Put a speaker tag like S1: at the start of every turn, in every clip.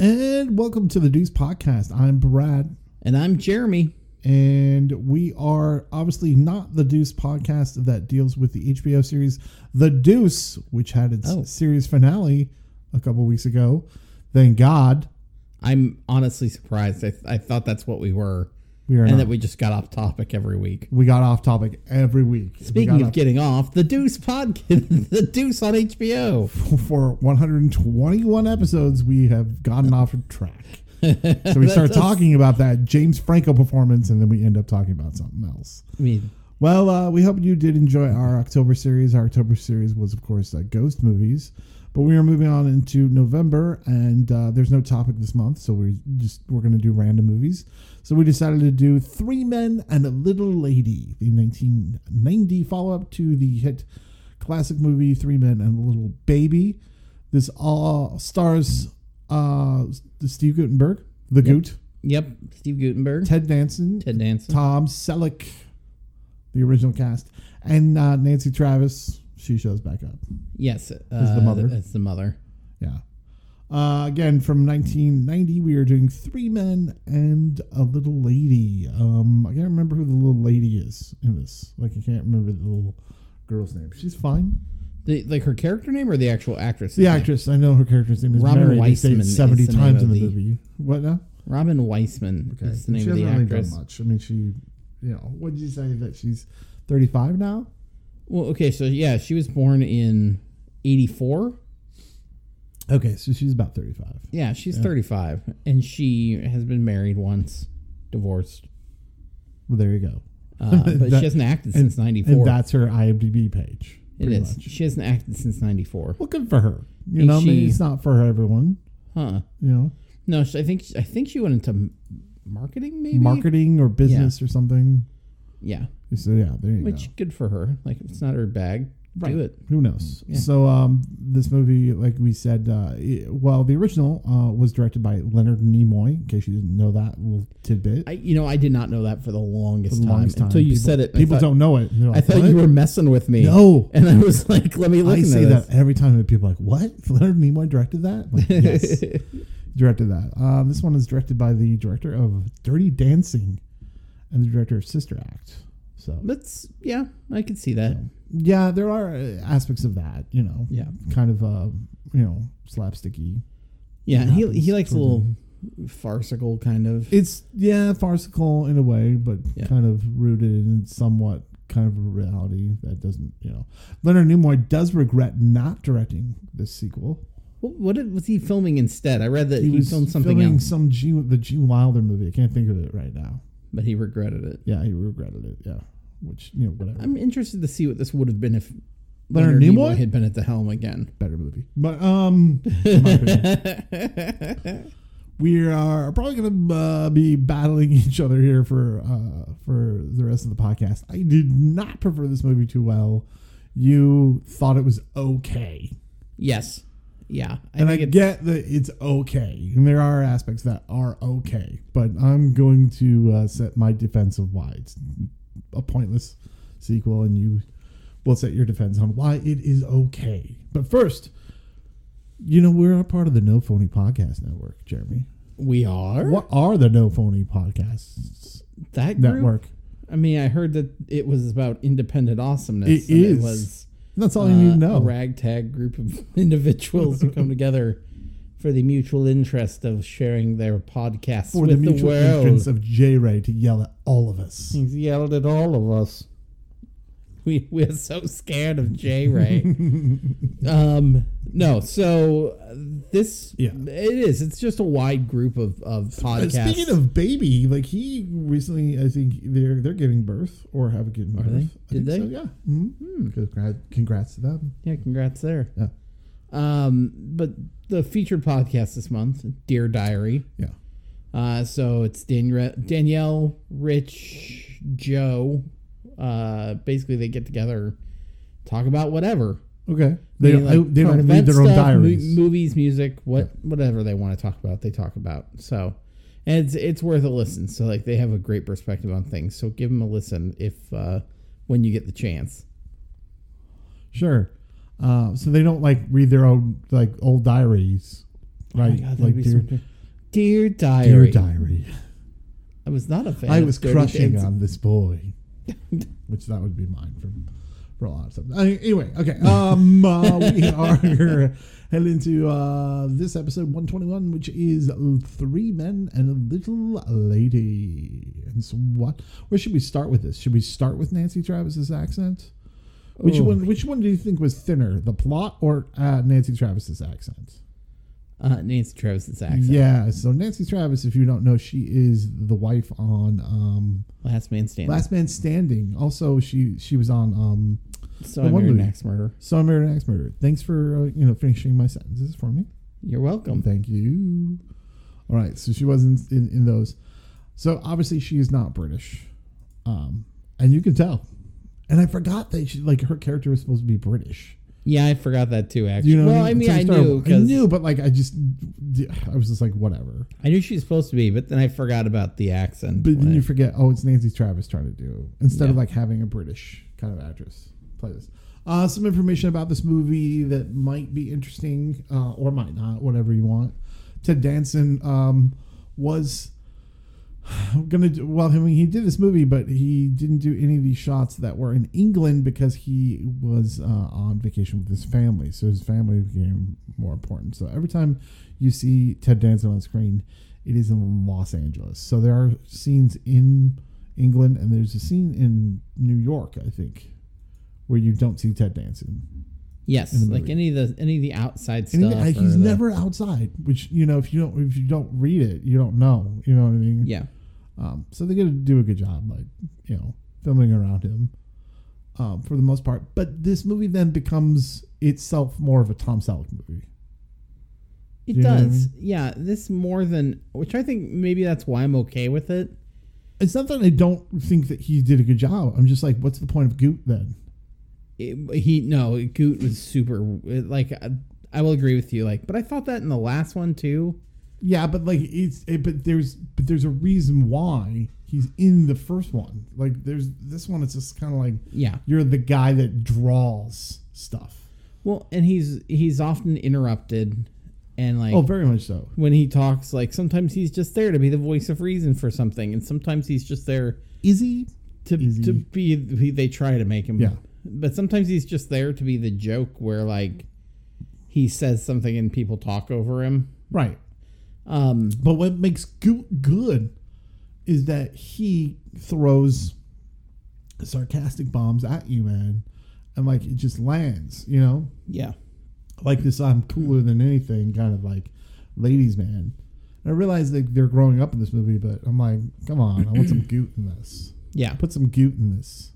S1: And welcome to the Deuce Podcast. I'm Brad,
S2: And I'm Jeremy.
S1: and we are obviously not the Deuce Podcast that deals with the HBO series The Deuce, which had its
S2: Oh.
S1: series finale a couple weeks ago. Thank God
S2: I'm honestly surprised. I, I thought that's what we were,
S1: we are
S2: and
S1: not.
S2: that we just got off topic every week.
S1: we got off topic every week. We
S2: Speaking
S1: got
S2: of
S1: off-
S2: getting off, the Deuce podcast, the Deuce on HBO.
S1: for 121 episodes, we have gotten off track. So we start
S2: does-
S1: talking about that James Franco performance, and then we end up talking about something else.
S2: I mean,
S1: Well, uh, we hope you did enjoy our October series. Our October series was, of course, uh, ghost movies, but we are moving on into November, and uh, there's no topic this month, so we just we're going to do random movies. So we decided to do Three Men and a Little Lady, the 1990 follow-up to the hit classic movie Three Men and a Little Baby. This all stars uh, Steve Gutenberg, the Goot,
S2: yep, Steve Gutenberg,
S1: Ted Danson,
S2: Ted Danson.
S1: Tom Selleck, the original cast, and uh, Nancy Travis. She shows back up.
S2: Yes, uh,
S1: the mother.
S2: As the mother.
S1: Yeah. Uh, again, from 1990, we are doing Three Men and a Little Lady. Um, I can't remember who the little lady is in this. Like, I can't remember the little girl's name. She's fine.
S2: The, like her character name or the actual actress?
S1: The actress, I know her character's name is
S2: Robin
S1: Mary. They say it
S2: Weissman is
S1: 70
S2: the name
S1: times in
S2: of
S1: the,
S2: the-
S1: movie. What now?
S2: Robin Weisman is the name
S1: she
S2: of the
S1: hasn't really
S2: actress.
S1: done much. I mean, she, you know, what did you say that she's 35 now?
S2: Well, okay, so yeah, she was born in '84.
S1: Okay, so she's about 35.
S2: Yeah, she's 35, and she has been married once, divorced.
S1: Well, there you go.
S2: Uh, but
S1: That-
S2: she hasn't acted since
S1: And
S2: '94.
S1: that's her IMDb page.
S2: It
S1: pretty
S2: is.
S1: Much.
S2: She hasn't acted since '94.
S1: Well, good for her. You
S2: And
S1: know, I mean,
S2: she-
S1: it's not for everyone.
S2: Huh?
S1: You know,
S2: No, she, I think I think she went into m- marketing, maybe.
S1: marketing or business or something.
S2: Yeah,
S1: So yeah, there you
S2: which
S1: go.
S2: good for her. Like if it's not her bag, do it.
S1: Who
S2: Mm,
S1: knows? So um, this movie, like we said, uh, it- well, the original uh, was directed by Leonard Nimoy. In case you didn't know that little tidbit,
S2: I, you know, I did not know that for the longest,
S1: The longest
S2: time, until you
S1: people-
S2: said it. I
S1: People
S2: thought-
S1: don't know it. They're
S2: I
S1: like,
S2: thought
S1: "What?"
S2: you were messing with me.
S1: No.
S2: and I was like, let me look.
S1: I
S2: into
S1: say
S2: this.
S1: that every time that people are like, what? Leonard Nimoy directed that? I'm like, yes. directed that. Um, this one is directed by the director of Dirty Dancing and the director of Sister Act. So,
S2: That's yeah, I could see that.
S1: yeah, there are uh, aspects of that, you know.
S2: Yeah.
S1: Kind of, uh, you know, slapsticky.
S2: Yeah, he
S1: happens
S2: he likes a
S1: towards
S2: little farcical kind of.
S1: It's, yeah, farcical in a way, but
S2: Yeah.
S1: kind of rooted in somewhat kind of reality that doesn't, you know. Leonard Nimoy does regret not directing this sequel.
S2: What, what did- was he filming instead? I read that
S1: He,
S2: he,
S1: was
S2: filmed something
S1: filming
S2: else,
S1: some G, the Gene Wilder movie. I can't think of it right now.
S2: but he regretted it.
S1: Yeah, he regretted it. Yeah, which you know whatever.
S2: I'm interested to see what this would have been if
S1: Leonard
S2: Leonard,
S1: Nimoy?
S2: Nimoy? had been at the helm again.
S1: Better movie, but um, in my opinion. we are probably gonna uh, be battling each other here for uh for the rest of the podcast. I did not prefer this movie too well. You thought it was okay,
S2: Yes. Yeah. I
S1: and I,
S2: think it-
S1: get that it's okay, and there are aspects that are okay. But I'm going to uh, set my defense of why it's a pointless sequel, and you will set your defense on why it is okay. But first, you know we're a part of the No Phony Podcast Network, Jeremy.
S2: we are
S1: What are the No Phony Podcasts
S2: that group?
S1: Network?
S2: I mean, I heard that it was about independent awesomeness.
S1: It
S2: and
S1: is.
S2: It was
S1: That's all you need to
S2: uh,
S1: know.
S2: a ragtag group of individuals who come together for the mutual interest of sharing their podcasts
S1: For
S2: with
S1: the mutual
S2: world.
S1: entrance of J Ray to yell at all of us.
S2: He's yelled at all of us. We we're so scared of J Ray. um, no, so uh, this
S1: Yeah.
S2: it is. It's just a wide group of of
S1: Uh,
S2: podcasts.
S1: Speaking of baby, like he recently, I think they're they're giving birth or have given birth.
S2: they?
S1: I think
S2: Did
S1: So,
S2: they?
S1: yeah. Mm-hmm. Congrats, congrats to them.
S2: yeah, congrats there.
S1: Yeah.
S2: Um, but the featured podcast this month, Dear Diary.
S1: Yeah.
S2: Uh, so it's Danielle, Danielle, Rich, Joe. Uh, basically they get together, talk about whatever.
S1: Okay. They
S2: Meaning,
S1: I-
S2: like,
S1: they don't
S2: current
S1: read
S2: event
S1: their own
S2: stuff, mo-
S1: diaries.
S2: movies, music, what whatever they want to talk about, they talk about. So, and it's it's worth a listen. So like they have a great perspective on things. So give them a listen if uh, when you get the chance.
S1: Sure. Uh, so they don't like read their own like old diaries, right?
S2: Oh God, that'd
S1: like
S2: be
S1: dear,
S2: something.
S1: Dear
S2: Dear Diary.
S1: diary,
S2: I was not a fan.
S1: I
S2: of
S1: was
S2: Dirty
S1: crushing
S2: Dancing.
S1: on this boy, which that would be mine from for a lot of stuff. Any- Anyway, okay, um, uh, we are heading into uh, this episode 121, which is three men and a little lady. And so, what? Where should we start with this? Should we start with Nancy Travis's accent? Which
S2: Ooh.
S1: one? Which one do you think was thinner, the plot or uh, Nancy Travis's accent?
S2: Uh, Nancy Travis's accent.
S1: Yeah. So Nancy Travis, if you don't know, she is the wife on um,
S2: Last Man Standing.
S1: Last Man Standing. Also, she she was on um,
S2: so
S1: the
S2: I
S1: one
S2: married an
S1: movie.
S2: axe murderer.
S1: So I Married an Axe Murderer. Thanks for uh, you know finishing my sentences for me.
S2: You're welcome.
S1: Thank you. All right. So she wasn't in, in those. So obviously she is not British, um, and you can tell. And I forgot that she like her character was supposed to be British.
S2: Yeah, I forgot that too. Actually,
S1: You know, what
S2: well, I mean,
S1: So
S2: I
S1: started-
S2: knew
S1: I
S2: because
S1: knew, but like, I just, I was just like, whatever.
S2: I knew she was supposed to be, but then I forgot about the accent.
S1: But then
S2: when
S1: you
S2: I-
S1: forget, oh, it's Nancy Travis trying to do instead of
S2: Yeah.
S1: like having a British kind of actress play this. Uh, some information about this movie that might be interesting uh, or might not, whatever you want. Ted Danson um, was gonna do, well, I mean, he did this movie, but he didn't do any of these shots that were in England because he was uh, on vacation with his family. So his family became more important. So every time you see Ted Danson on screen, it is in Los Angeles. So there are scenes in England, and there's a scene in New York, I think, where you don't see Ted Danson.
S2: yes,
S1: in the
S2: like
S1: movie.
S2: any of the any of the outside
S1: And he-
S2: stuff. or
S1: he's
S2: the-
S1: never outside, which you know if you don't if you don't read it, you don't know. You know what I mean?
S2: Yeah,
S1: Um, so they got to do a good job, like you know, filming around him um, for the most part. But this movie then becomes itself more of a Tom Selleck movie.
S2: it
S1: Do you know what I
S2: does. Yeah, this more than which I think maybe that's why I'm okay with it.
S1: It's not that I don't think that he did a good job. I'm just like, what's the point of Goot then?
S2: It- he no, Goot was super. it- Like I, I will agree with you. Like, but I thought that in the last one too.
S1: Yeah, but like it's it, but there's but there's a reason why he's in the first one. Like there's this one. It's just kind of like
S2: Yeah.
S1: you're the guy that draws stuff.
S2: Well, and he's he's often interrupted, and like
S1: Oh, very much so.
S2: when he talks, like sometimes he's just there to be the voice of reason for something, and sometimes he's just there
S1: Is he?
S2: to
S1: Easy.
S2: to be. he- They try to make him.
S1: Yeah.
S2: But sometimes he's just there to be the joke where like he says something and people talk over him.
S1: Right.
S2: Um.
S1: But what makes Goot good is that he throws sarcastic bombs at you, man. And like it just lands, you know?
S2: Yeah.
S1: Like this I'm cooler than anything kind of like ladies man. And I realize that they're growing up in this movie, but I'm like, come on, I want some goot in this.
S2: Yeah.
S1: Put some goot in this.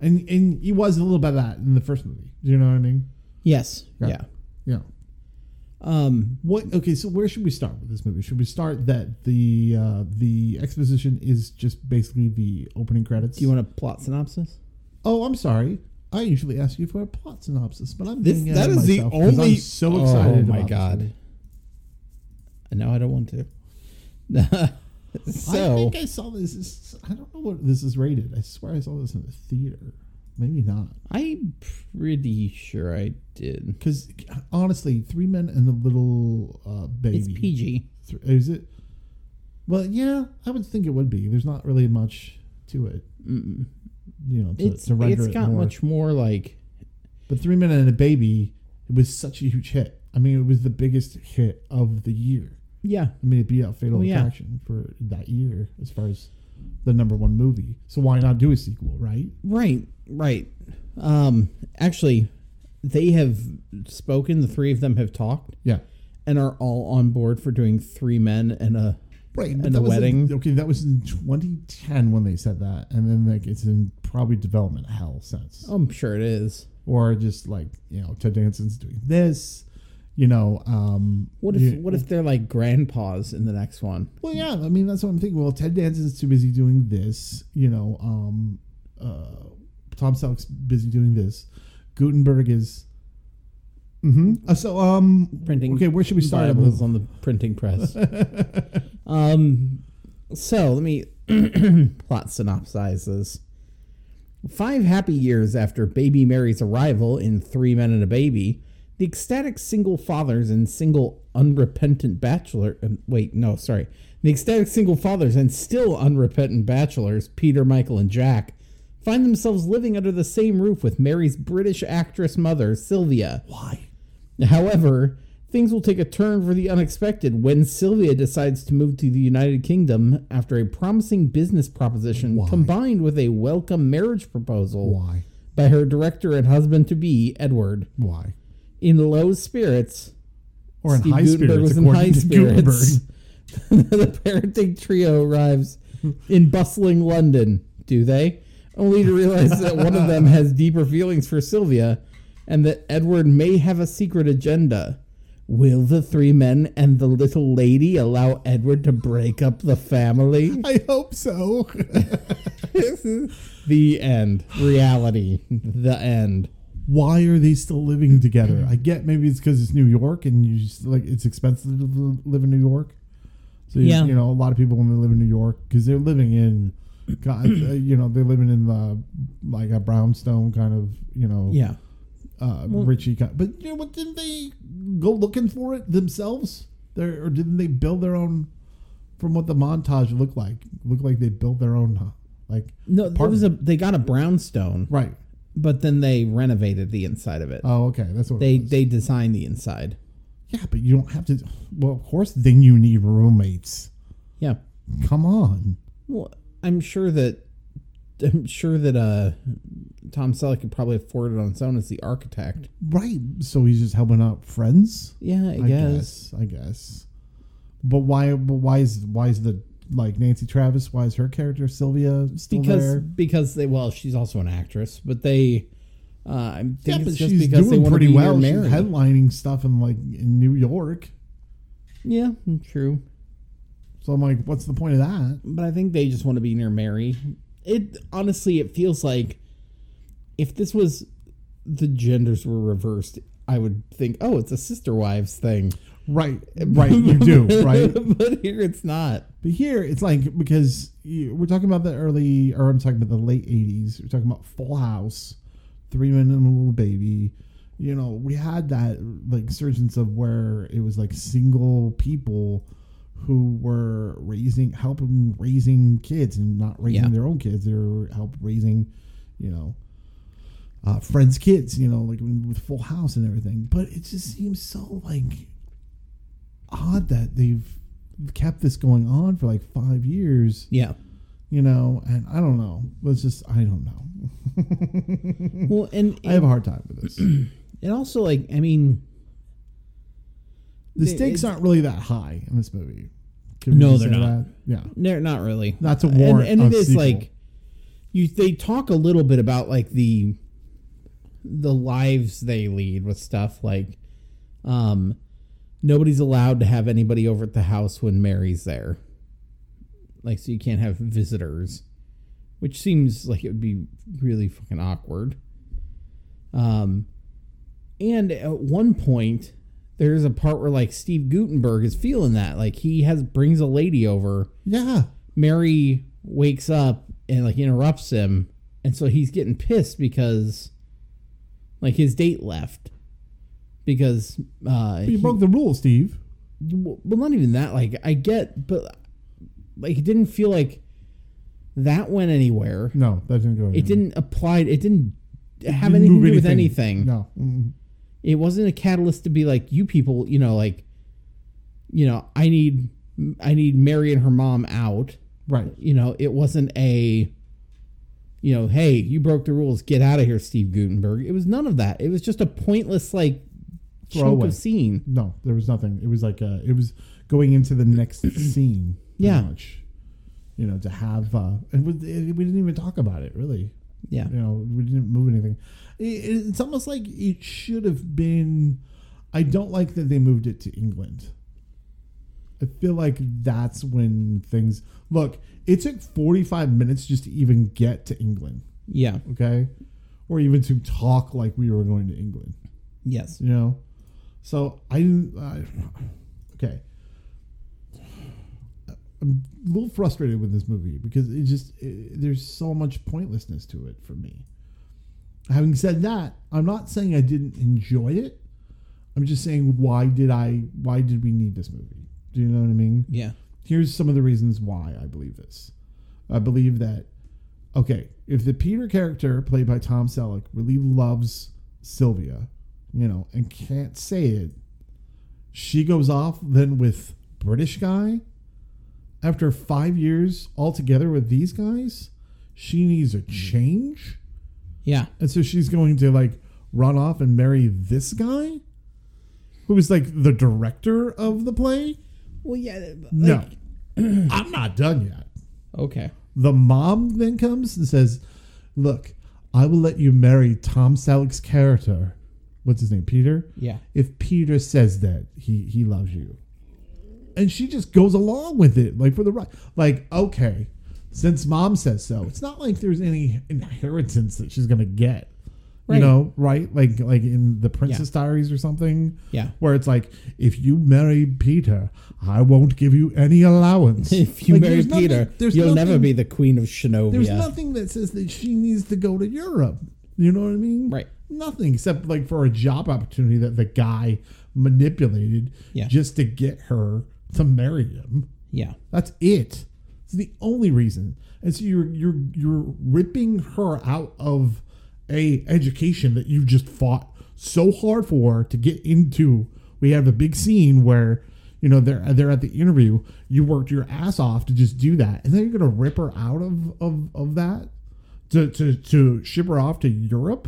S1: And and he was a little bit of that in the first movie. Do you know what I mean?
S2: Yes.
S1: Yeah.
S2: Yeah.
S1: Yeah.
S2: Um.
S1: What okay, so where should we start with this movie? Should we start that the uh, the exposition is just basically the opening credits?
S2: Do you want a plot synopsis?
S1: oh, I'm sorry. I usually ask you for a plot synopsis, but I'm
S2: This-
S1: doing it
S2: that
S1: on
S2: is the
S1: myself 'cause
S2: only-
S1: I'm so excited.
S2: Oh my
S1: about this
S2: God.
S1: movie.
S2: And No, I don't want to.
S1: I
S2: so
S1: think I saw this. this- I don't know what this is rated. I swear I saw this in the theater. Maybe not,
S2: I'm pretty sure I did.
S1: because honestly, Three Men and the Little uh, Baby.
S2: It's PG.
S1: Th- Is it? Well, yeah, I would think it would be. There's not really much to it.
S2: Mm-mm.
S1: you know, to,
S2: It's
S1: to render
S2: it's
S1: it
S2: got
S1: more.
S2: much more like
S1: But Three Men and a Baby, it was such a huge hit. I mean, it was the biggest hit of the year.
S2: yeah
S1: I mean, it beat out Fatal
S2: Well, Oh, yeah.
S1: Attraction for that year as far as the number one movie. So why not do a sequel, right?
S2: right right. Um, actually, they have spoken. The three of them have talked
S1: Yeah.
S2: and are all on board for doing three men and a
S1: Right, but
S2: And
S1: that
S2: the
S1: was in-
S2: wedding.
S1: okay, that was in 2010 when they said that, and then like it's in probably development hell since,
S2: I'm sure it is.
S1: or just like you know Ted Danson's doing this, you know. Um,
S2: What if
S1: you-
S2: what if they're like grandpas in the next one?
S1: Well, yeah, I mean that's what I'm thinking. Well, Ted Danson's too busy doing this, you know. Um, uh, Tom Selleck's busy doing this. Gutenberg is. hmm so, um,
S2: Printing
S1: Okay, where should we start?
S2: Bibles on the printing press. um, so let me plot synopsize this. Five happy years after Baby Mary's arrival in Three Men and a Baby, The ecstatic single fathers and single unrepentant bachelor. um, wait, no, sorry. The ecstatic single fathers and still unrepentant bachelors, Peter, Michael, and Jack, find themselves living under the same roof with Mary's British actress mother, Sylvia.
S1: Why?
S2: However, things will take a turn for the unexpected when Sylvia decides to move to the United Kingdom after a promising business proposition combined with a welcome marriage proposal
S1: Why?
S2: by her director and husband to be, Edward.
S1: Why?
S2: In low spirits,
S1: Or in
S2: Steve
S1: high
S2: Gutenberg
S1: spirits,
S2: was in
S1: according
S2: high
S1: to
S2: spirits.
S1: Gutenberg.
S2: the parenting trio arrives in bustling London, do they? Only to realize that one of them has deeper feelings for Sylvia and that Edward may have a secret agenda. Will the three men and the little lady allow Edward to break up the family?
S1: I hope so.
S2: The end. Reality. The end.
S1: Why are they still living together? I get maybe it's because it's New York and you just like it's expensive to li- live in New York. So you,
S2: Yeah.
S1: you know a lot of people when they live in New York because they're living in, God, uh, you know they're living in the like a brownstone kind of you know
S2: Yeah.
S1: uh, Richie. Kind but you know what? Didn't they go looking for it themselves? There or didn't they build their own? From what the montage looked like, looked like they built their own uh, like
S2: No, there was a they got a brownstone,
S1: right.
S2: but then they renovated the inside of it.
S1: Oh, okay, that's what
S2: they
S1: It was.
S2: they designed the inside.
S1: Yeah, but you don't have to. Well, of course, then you need roommates.
S2: Yeah.
S1: Come on.
S2: Well, I'm sure that I'm sure that uh Tom Selleck could probably afford it on his own as the architect.
S1: Right. So he's just helping out friends?
S2: Yeah, I,
S1: I
S2: guess.
S1: guess. I guess. But why but why is why is the like Nancy Travis, why is her character Sylvia still
S2: Because
S1: there?
S2: because they well, she's also an actress, but they uh, I think
S1: Yeah,
S2: it's
S1: but
S2: just
S1: she's
S2: because they
S1: doing
S2: want
S1: pretty
S2: to be near
S1: well. She's
S2: Mary.
S1: headlining stuff in like in New York.
S2: yeah, true.
S1: So I'm like, what's the point of that?
S2: But I think they just want to be near Mary. It honestly, it feels like if this was the genders were reversed, I would think, oh, it's a sister wives thing.
S1: Right. Right. You do. Right.
S2: but here it's not.
S1: But here it's like because you, we're talking about the early, or I'm talking about the late '80s. We're talking about Full House, Three Men and a Little Baby. You know, we had that like surgence of where it was like single people who were raising, helping raising kids, and not raising
S2: Yeah.
S1: their own kids. They were help raising, you know, uh, friends' kids. You know, like with Full House and everything. But it just seems so like odd that they've kept this going on for like five years,
S2: Yeah.
S1: you know, and I don't know. It's just I don't know.
S2: Well, and
S1: I have a hard time with this.
S2: And also, like, I mean,
S1: The
S2: It-
S1: stakes
S2: it's-
S1: aren't really that high in this movie. Can we
S2: No,
S1: just
S2: they're
S1: say
S2: not.
S1: that? Yeah,
S2: they're not really.
S1: not to
S2: and,
S1: warrant.
S2: and it
S1: a
S2: is
S1: sequel.
S2: like you. They talk a little bit about like the the lives they lead with stuff like, um, nobody's allowed to have anybody over at the house when Mary's there. Like, so you can't have visitors, which seems like it would be really fucking awkward. Um, and at one point, there's a part where like Steve Gutenberg is feeling that like he has brings a lady over.
S1: yeah,
S2: Mary wakes up and like interrupts him, and so he's getting pissed because like his date left because uh,
S1: you
S2: he,
S1: broke the rule, Steve.
S2: well, not even that. Like I get, but like it didn't feel like that went anywhere.
S1: No, that didn't go.
S2: It
S1: anywhere.
S2: didn't apply. It didn't have
S1: Didn't
S2: anything
S1: move
S2: to do with anything
S1: No, Mm-hmm. Mm-mm.
S2: it wasn't a catalyst to be like you people you know like you know i need i need mary and her mom out
S1: right.
S2: you know it wasn't a you know hey you broke the rules get out of here steve gutenberg it was none of that it was just a pointless like chunk
S1: Throwaway.
S2: of scene
S1: No, there was nothing. It was like uh it was going into the next scene. pretty
S2: Yeah.
S1: much. You know, to have uh, and we, we didn't even talk about it really.
S2: yeah
S1: you know we didn't move anything it, it's almost like it should have been i don't like that they moved it to england i feel like that's when things look it took 45 minutes just to even get to england
S2: yeah
S1: okay or even to talk like we were going to england
S2: yes
S1: you know so i didn't I, okay i'm a little frustrated with this movie because it just it, there's so much pointlessness to it for me having said that i'm not saying i didn't enjoy it I'm just saying, why did I? Why did we need this movie? Do you know what I mean?
S2: Yeah.
S1: here's some of the reasons why I believe this. I believe that okay, if the Peter character played by Tom Selleck really loves Sylvia, you know, and can't say it, she goes off then with British guy. After five years altogether with these guys, she needs a change.
S2: Yeah.
S1: And so she's going to like run off and marry this guy who is like the director of the play.
S2: Well, yeah. Like,
S1: No. I'm not done yet.
S2: Okay.
S1: The mom then comes and says, Look, I will let you marry Tom Selleck's character. What's his name? Peter?
S2: Yeah.
S1: If Peter says that, he, he loves you. And she just goes along with it, like for the right. Like, okay, since mom says so, it's not like there's any inheritance that she's going to get.
S2: Right.
S1: You know, right? Like, like in the Princess Diaries or something.
S2: Yeah.
S1: where it's like, if you marry Peter, I won't give you any allowance.
S2: If you
S1: Like,
S2: marry
S1: there's nothing-
S2: Peter,
S1: there's
S2: you'll
S1: nothing-
S2: never be the queen of Shinovia.
S1: There's nothing that says that she needs to go to Europe. You know what I mean?
S2: Right.
S1: Nothing except like for a job opportunity that the guy manipulated
S2: Yeah.
S1: just to get her to marry him.
S2: Yeah.
S1: That's it. It's the only reason. And so you're you're you're ripping her out of a education that you just fought so hard for to get into. We have a big scene where you know they're they're at the interview. You worked your ass off to just do that, and then you're gonna rip her out of of of that to to to ship her off to Europe.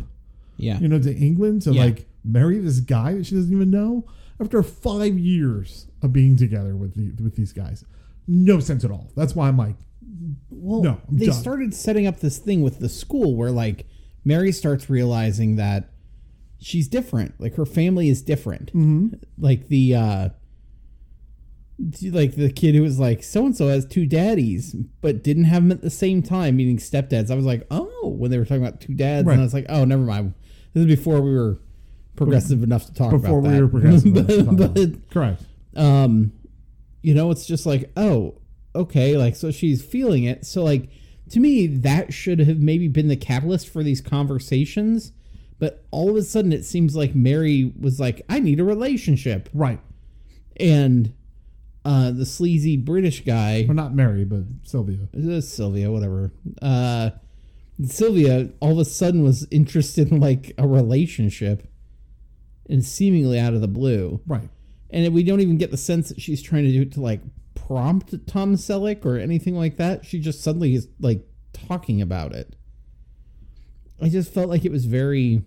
S2: Yeah.
S1: You know to England to
S2: Yeah.
S1: like marry this guy that she doesn't even know after five years of being together with the with these guys. No sense at all. That's why I'm like,
S2: Well,
S1: No, I'm
S2: they
S1: done.
S2: started setting up this thing with the school where like Mary starts realizing that she's different. Like her family is different.
S1: Mm-hmm.
S2: Like the uh d- like the kid who was like so and so has two daddies but didn't have them at the same time meaning stepdads i was like oh when they were talking about two dads
S1: Right.
S2: and i was like oh never mind this is before we were progressive enough to talk
S1: before
S2: about that
S1: we were progressive.
S2: but, but
S1: Correct.
S2: um you know it's just like oh okay like so she's feeling it so like to me that should have maybe been the catalyst for these conversations but all of a sudden it seems like mary was like i need a relationship
S1: Right.
S2: and uh the sleazy british guy
S1: Well, not Mary, but Sylvia.
S2: uh, sylvia whatever uh sylvia all of a sudden was interested in like a relationship and seemingly out of the blue
S1: Right.
S2: and we don't even get the sense that she's trying to do it to like prompt Tom Selleck or anything like that. She just suddenly is like talking about it. I just felt like it was very.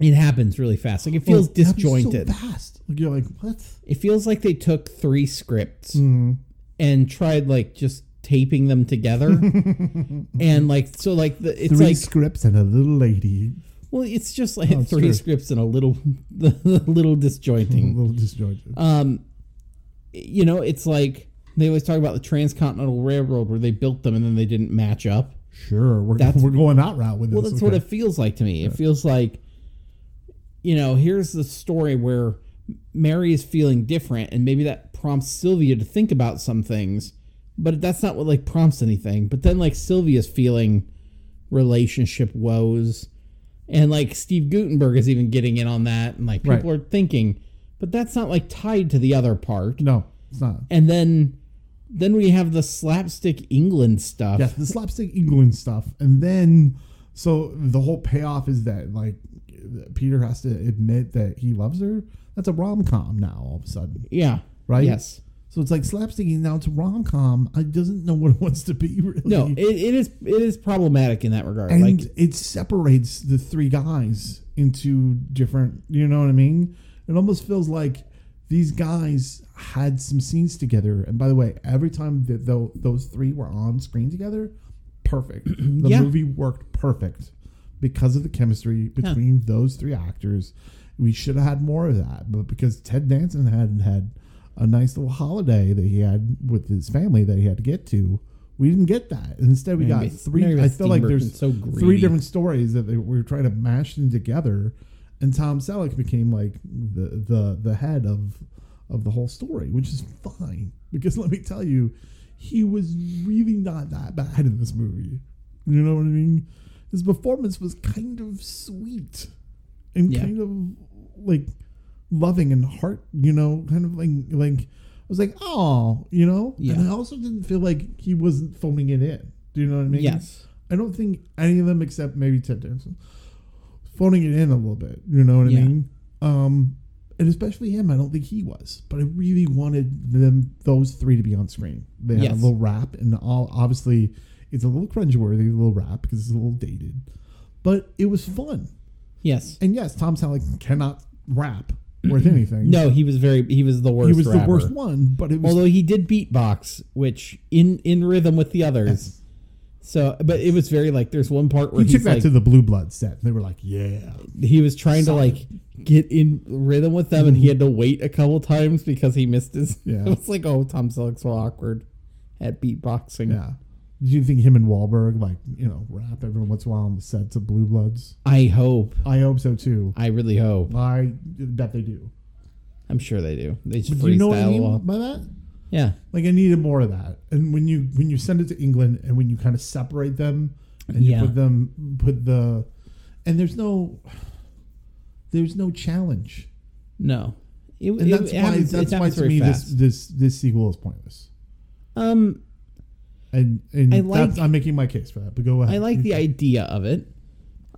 S2: It happens really fast. Like it feels
S1: Well, it happens Oh, so
S2: disjointed.
S1: fast. Like, you're like, what?
S2: it feels like they took three scripts
S1: Mm-hmm.
S2: and tried like just taping them together, and like so like the, it's
S1: Three
S2: like
S1: scripts and a little lady.
S2: well it's just like
S1: it's
S2: three
S1: true.
S2: scripts and a little a little
S1: A
S2: disjointing.
S1: little disjointed.
S2: um, you know, it's like they always talk about the transcontinental railroad where they built them and then they didn't match up.
S1: sure, we're,
S2: that's-
S1: we're going that route with
S2: Well,
S1: this.
S2: that's what
S1: okay.
S2: it feels like to me. It feels like, you know, here's the story where Mary is feeling different, and maybe that prompts Sylvia to think about some things, but that's not what like prompts anything. But then like Sylvia's feeling relationship woes, and like Steve Gutenberg is even getting in on that, and like people
S1: Right.
S2: are thinking, but that's not like tied to the other part.
S1: No, it's not.
S2: and then then we have the slapstick England stuff.
S1: Yeah, the slapstick England stuff, and then so the whole payoff is that like Peter has to admit that he loves her. That's a rom com now all of a sudden,
S2: Yeah.
S1: right?
S2: Yes.
S1: So it's like slapstick now it's a rom com. I doesn't know what it wants to be really.
S2: No, it, it is it is problematic in that regard.
S1: and
S2: like
S1: it separates the three guys into different. You know what I mean? It almost feels like these guys had some scenes together. And by the way, every time that tho- those three were on screen together, perfect. The
S2: Yeah.
S1: movie worked perfect because of the chemistry between those three actors. We should have had more of that, but because Ted Danson hadn't had a nice little holiday that he had with his family that he had to get to, we didn't get that. Instead, we
S2: Mary
S1: got
S2: Beth-
S1: three.
S2: Mary
S1: I
S2: Beth
S1: feel like
S2: Steenburgen
S1: there's
S2: is so
S1: three
S2: greedy.
S1: different stories that they were trying to mash them together, and Tom Selleck became like the the the head of of the whole story, which is fine because let me tell you, he was really not that bad in this movie. You know what I mean? His performance was kind of sweet and
S2: Yeah.
S1: kind of like loving and heart, you know, kind of like like I was like, oh, you know,
S2: Yeah.
S1: and I also didn't feel like he wasn't phoning it in. Do you know what I mean?
S2: Yes.
S1: I don't think any of them except maybe Ted Danson phoning it in a little bit. You know what I
S2: Yeah.
S1: mean? Um, and especially him, I don't think he was. But I really wanted them, those three, to be on screen. They had a
S2: Yes.
S1: little rap, and all obviously it's a little cringeworthy, a little rap because it's a little dated, but it was fun.
S2: Yes.
S1: And yes, Tom Selleck cannot rap worth anything.
S2: No, he was very. He was the worst.
S1: he was the
S2: rapper.
S1: worst one, but it was
S2: Although he did beatbox, which in in rhythm with the others. So, but it was very like there's one part where
S1: you
S2: he's
S1: took that
S2: like,
S1: to the Blue Blood set. They were like, "Yeah,
S2: he was trying to like get in rhythm with them, and he had to wait a couple times because he missed his.
S1: Mm-hmm. Yeah.
S2: it was like oh, Tom Selleck's so awkward at beatboxing.
S1: yeah." Do you think him and Wahlberg like you know rap every once in a while on the sets of Blue Bloods?
S2: I hope.
S1: I hope so too.
S2: I really hope.
S1: I bet they do.
S2: I'm sure they do. They
S1: But
S2: just freestyle.
S1: do you know what I mean
S2: while-
S1: by that?
S2: Yeah.
S1: Like I needed more of that. And when you when you send it to England and when you kind of separate them and
S2: Yeah.
S1: you put them put the and there's no there's no challenge.
S2: No. It,
S1: And
S2: it-
S1: that's
S2: it
S1: why
S2: happens- it
S1: that's why
S2: happens
S1: to
S2: very
S1: me this,
S2: fast.
S1: this this sequel is pointless.
S2: um,
S1: And and
S2: I
S1: that's,
S2: like-
S1: I'm making my case for that. But go ahead.
S2: I like the idea of it.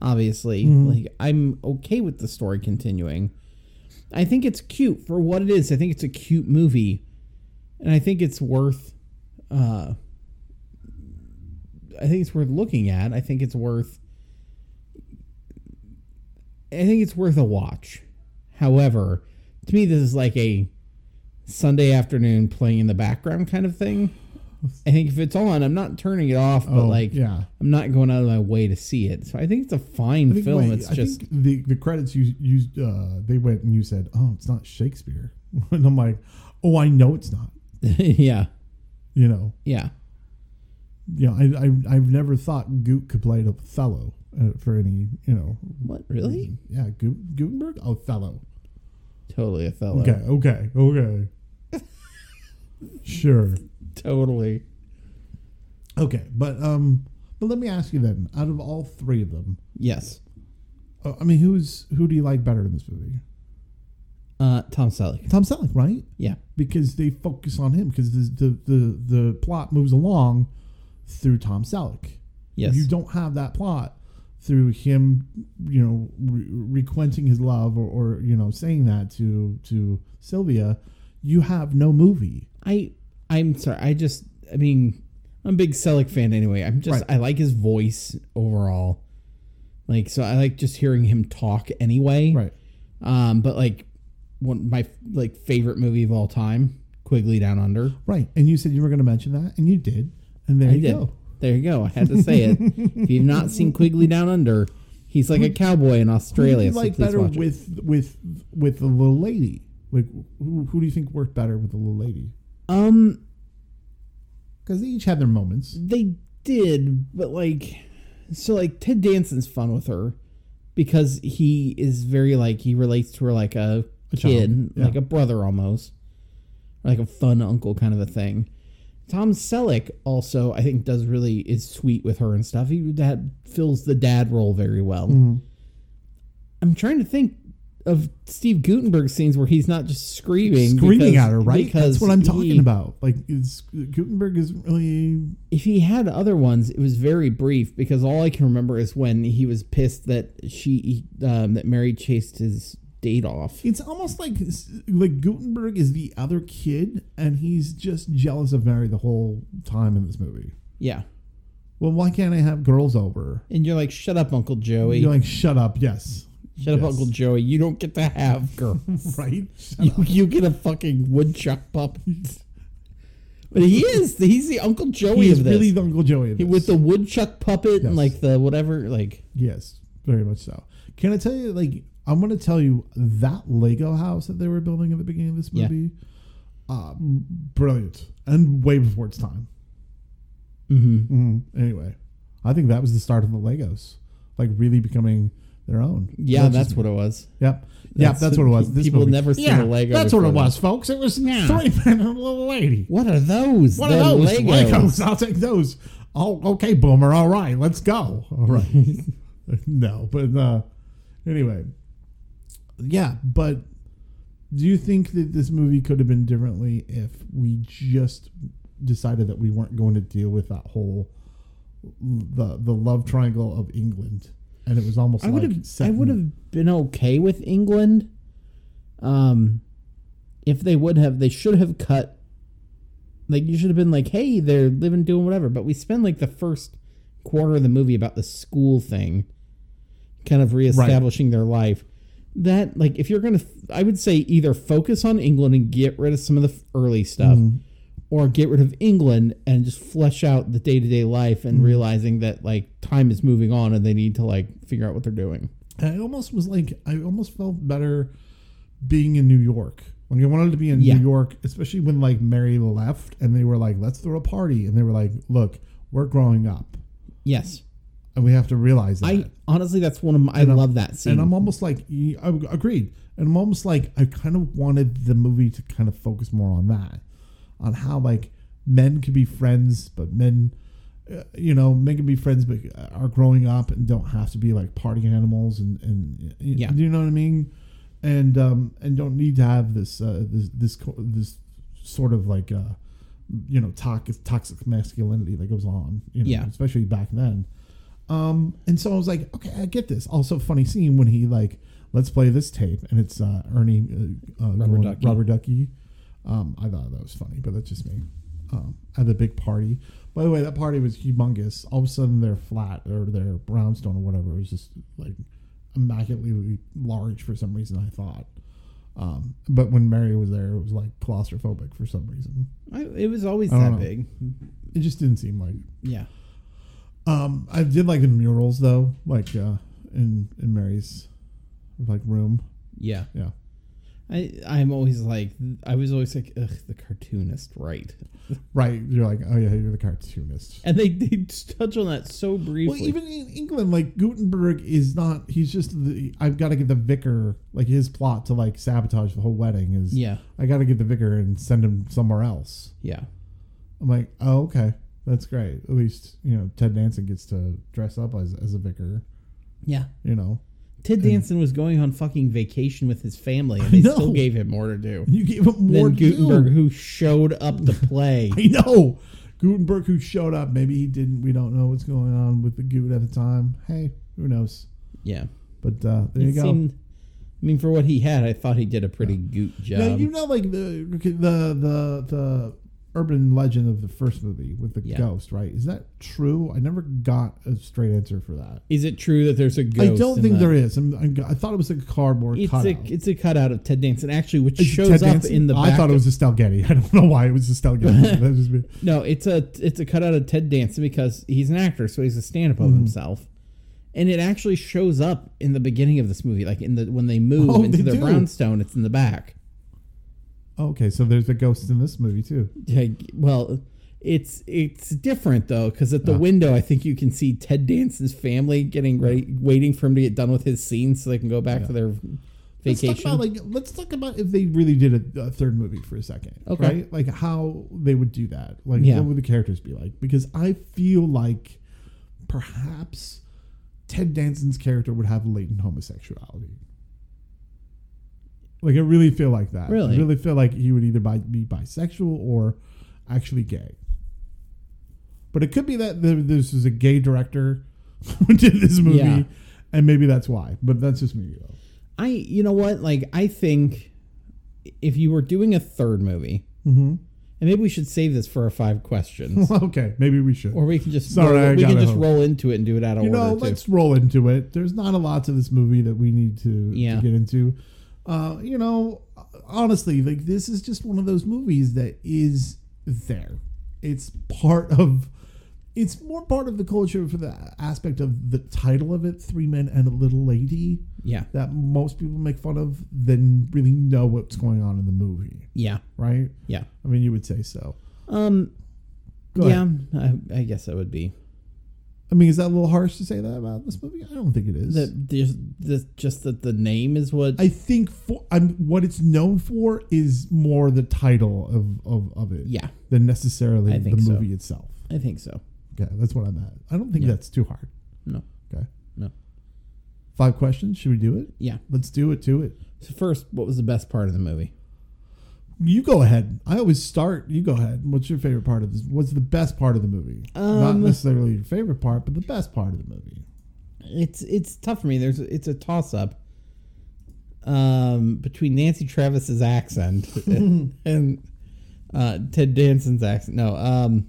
S2: Obviously, like I'm okay with the story continuing. I think it's cute for what it is. I think it's a cute movie, and I think it's worth. Uh, I think it's worth looking at. I think it's worth. I think it's worth a watch. However, to me, this is like a Sunday afternoon playing in the background kind of thing. I think if it's on, I'm not turning it off, but
S1: Oh,
S2: like
S1: yeah.
S2: I'm not going out of my way to see it. So I think it's a fine
S1: I think
S2: film.
S1: my-
S2: it's
S1: I
S2: just
S1: think the the credits you you uh, they went and you said, "Oh, it's not Shakespeare," and I'm like, "Oh, I know it's not."
S2: yeah,
S1: You know,
S2: yeah,
S1: Yeah, I, I I've never thought Goot could play Othello uh, for any you know.
S2: What, really?
S1: reason. Yeah, Gut, Gutenberg Othello.
S2: totally Othello.
S1: Okay, okay, okay. sure.
S2: Totally.
S1: Okay, but um, but let me ask you then. Out of all three of them,
S2: Yes.
S1: uh, I mean, who's who do you like better in this movie?
S2: Uh, Tom Selleck.
S1: Tom Selleck, right?
S2: Yeah.
S1: Because they focus on him because the, the the the plot moves along through Tom Selleck.
S2: Yes.
S1: You don't have that plot through him, you know, re- requiting his love or, or you know saying that to to Sylvia. You have no movie.
S2: I I'm sorry. I just I mean I'm a big Selleck fan anyway. I'm just
S1: Right.
S2: I like his voice overall. Like so I like just hearing him talk anyway. Um but like one my like favorite movie of all time, Quigley Down Under.
S1: right. And you said you were going to mention that, and you did. And there
S2: I
S1: you
S2: did.
S1: go.
S2: There you go. I had to say it. if you've not seen Quigley Down Under, he's like a cowboy in
S1: Who do
S2: Australia.
S1: you
S2: so
S1: like
S2: please
S1: better
S2: watch it.
S1: with with with the little lady? Like who, who do you think worked better with the little lady?
S2: um
S1: Because they each had their moments.
S2: They did, but like, so like Ted Danson's fun with her because he is very like he relates to her like a,
S1: child,
S2: kid,
S1: yeah.
S2: like a brother almost, like a fun uncle kind of a thing. Tom Selleck also I think does really is sweet with her and stuff. He that fills the dad role very well.
S1: Mm-hmm.
S2: I'm trying to think of Steve Gutenberg scenes where he's not just screaming,
S1: Screaming
S2: because-
S1: at her, right?
S2: Because
S1: That's what I'm talking
S2: he-
S1: about. Like, is, Gutenberg isn't really
S2: if he had other ones, it was very brief because all I can remember is when he was pissed that she um, that Mary chased his date off.
S1: It's almost like like Gutenberg is the other kid, and he's just jealous of Mary the whole time in this movie.
S2: Yeah,
S1: Well, why can't I have girls over?
S2: and you're like, "Shut up, Uncle Joey!
S1: You're like, shut up. Yes,
S2: Shut up,
S1: yes.
S2: Uncle Joey! You don't get to have girls.
S1: right? Shut
S2: you,
S1: up.
S2: you get a fucking woodchuck puppet." But he is he's the Uncle Joey
S1: He is
S2: of this
S1: really the Uncle Joey. Of this.
S2: with the woodchuck puppet
S1: Yes.
S2: and like the whatever like
S1: yes, very much so. Can I tell you? Like, I'm going to tell you that Lego house that they were building at the beginning of this
S2: Yeah.
S1: movie. Uh, brilliant, and way before its time.
S2: mhm.
S1: Mhm. Anyway, I think that was the start of the Legos, like really becoming their own.
S2: yeah
S1: That's just
S2: that's what it was
S1: Yep. Yep, that's what it was. This
S2: people
S1: movie.
S2: never seen a Lego
S1: That's what it
S2: before.
S1: was, folks. It was
S2: Yeah.
S1: three men and a little lady.
S2: what are those
S1: What
S2: They're
S1: are those?
S2: Legos.
S1: Legos. I'll take those. Oh, okay, Boomer. All right, let's go. All right. no, but uh, anyway. Yeah, but Do you think that this movie could have been differently if we just decided that we weren't going to deal with that whole the the love triangle of England, and it was almost
S2: I
S1: like
S2: would have
S1: set
S2: I
S1: in-
S2: would have been okay with England. Um if they would have they should have cut like you should have been like, hey, they're living doing whatever. But we spend like the first quarter of the movie about the school thing, kind of reestablishing their life. That like if you're gonna I would say either focus on England and get rid of some of the f- early stuff or get rid of England and just flesh out the day to day life and realizing that like time is moving on and they need to like figure out what they're doing.
S1: I almost was like I almost felt better being in New York. When I wanted to be in
S2: Yeah.
S1: New York, especially when like Mary left and they were like, let's throw a party. And they were like, look, we're growing up
S2: Yes.
S1: and we have to realize that.
S2: I honestly, that's one of my, I
S1: I'm-
S2: love that scene.
S1: and I'm almost like, y- I ag- agreed. And I'm almost like, I kind of wanted the movie to kind of focus more on that, on how like men could be friends, but men, uh, you know, men can be friends, but uh, are growing up and don't have to be like party animals, and and
S2: Yeah.
S1: you know what I mean, and um and don't need to have this uh, this this co- this sort of like uh you know toxic toxic masculinity that goes on, you know,
S2: Yeah.
S1: especially back then. Um, and so I was like, okay, I get this. Also, funny scene when he like, let's play this tape, and it's uh, Ernie uh, uh,
S2: Rubber
S1: going-
S2: Ducky.
S1: Rubber Ducky. Um, I thought that was funny, but that's just me. Um, at the big party. By the way, that party was humongous. All of a sudden, their flat or their brownstone or whatever was just like immaculately large for some reason. I thought. Um, but when Mary was there, it was like claustrophobic for some reason.
S2: I, it was always
S1: I
S2: that
S1: don't know.
S2: big.
S1: It just didn't seem like
S2: Yeah.
S1: um, I did like the murals though, like uh, in in Mary's like room.
S2: Yeah.
S1: Yeah,
S2: I, I'm always like, I was always like, ugh, the cartoonist, right?
S1: right. You're like, oh yeah, you're the cartoonist.
S2: And they, they touch on that so briefly.
S1: Well, even in England, like Gutenberg is not. He's just the. I've got to get the vicar. Like his plot to like sabotage the whole wedding is.
S2: yeah.
S1: I got to get the vicar and send him somewhere else.
S2: Yeah.
S1: I'm like, oh okay, that's great. At least you know Ted Danson gets to dress up as as a vicar.
S2: Yeah.
S1: You know,
S2: Ted Danson was going on fucking vacation with his family, and they
S1: know.
S2: still gave him more to do.
S1: you gave him more. to
S2: Then
S1: do.
S2: Gutenberg, who showed up to play.
S1: I know. Gutenberg who showed up. Maybe he didn't. We don't know what's going on with the Gut at the time. Hey, who knows?
S2: yeah.
S1: But uh, there you
S2: It
S1: go.
S2: seemed- I mean, for what he had, I thought he did a pretty good job.
S1: now you know, like the the the the urban legend of the first movie with the
S2: Yeah.
S1: ghost, right? Is that true? I never got a straight answer for that.
S2: is it true that there's a ghost?
S1: I don't
S2: in
S1: think
S2: the-
S1: there is. I'm, I'm, I thought it was like a cardboard
S2: It's
S1: cutout.
S2: a it's a cutout of Ted Danson actually, which
S1: Is it
S2: shows
S1: Ted
S2: up
S1: Danson?
S2: in the. Back
S1: I thought it was a Estelle Getty. I don't know why it was Estelle Getty. That was just me.
S2: of- no, it's a it's a cutout of Ted Danson because he's an actor, so he's a stand up
S1: Mm-hmm.
S2: of himself, and it actually shows up in the beginning of this movie, like in the when they move
S1: Oh,
S2: into
S1: they
S2: their
S1: do.
S2: brownstone, it's in the back.
S1: Okay, so there's a ghost in this movie too.
S2: Yeah, well, it's it's different though because
S1: Ah.
S2: at the window, I think you can see Ted Danson's family getting ready, waiting for him to get done with his scene so they can go back to their
S1: Let's talk
S2: vacation.
S1: about like let's talk about if they really did a, a third movie for a second,
S2: Okay.
S1: right? Like how they would do that. Like
S2: Yeah.
S1: what would the characters be like? Because I feel like perhaps Ted Danson's character would have latent homosexuality. Like I really feel like that.
S2: Really?
S1: I really feel like he would either bi- be bisexual or actually gay. But it could be that there, this is a gay director who did this movie,
S2: Yeah.
S1: and maybe that's why. But that's just me though.
S2: I, you know what? Like, I think if you were doing a third movie,
S1: Mm-hmm.
S2: and maybe we should save this for our five questions,
S1: Okay, maybe we should.
S2: or we can just
S1: Sorry, I
S2: roll, we can
S1: got it.
S2: just roll into it and do it out of
S1: you know,
S2: order too.
S1: let's roll into it. There's not a lot to this movie that we need to, to
S2: Yeah.
S1: get into. Uh, you know, honestly, like this is just one of those movies that is there. It's part of. It's more part of the culture for the aspect of the title of it, Three Men and a Little Lady,
S2: Yeah,
S1: that most people make fun of than really know what's going on in the movie,
S2: yeah,
S1: right?
S2: yeah.
S1: I mean, you would say so.
S2: Um,
S1: Go
S2: yeah.
S1: ahead.
S2: I, I guess that would be
S1: I mean, is that a little harsh to say that about this movie? I don't think it is.
S2: that. There's the, just that the name is what
S1: I think for I'm, what it's known for is more the title of, of, of it
S2: Yeah,
S1: than necessarily
S2: I
S1: the
S2: think so.
S1: movie itself.
S2: I think so.
S1: Okay, that's what I'm at. I don't think
S2: Yeah.
S1: that's too hard.
S2: No.
S1: Okay.
S2: No.
S1: Five questions. Should we do it?
S2: Yeah.
S1: Let's do it to it.
S2: So first, what was the best part of the movie?
S1: You go ahead. I always start. You go ahead. What's your favorite part of this? What's the best part of the movie? Not
S2: Um,
S1: necessarily your favorite part, but the best part of the movie.
S2: It's it's tough for me. There's it's a toss up um, between Nancy Travis's accent and, and uh, Ted Danson's accent. No, um,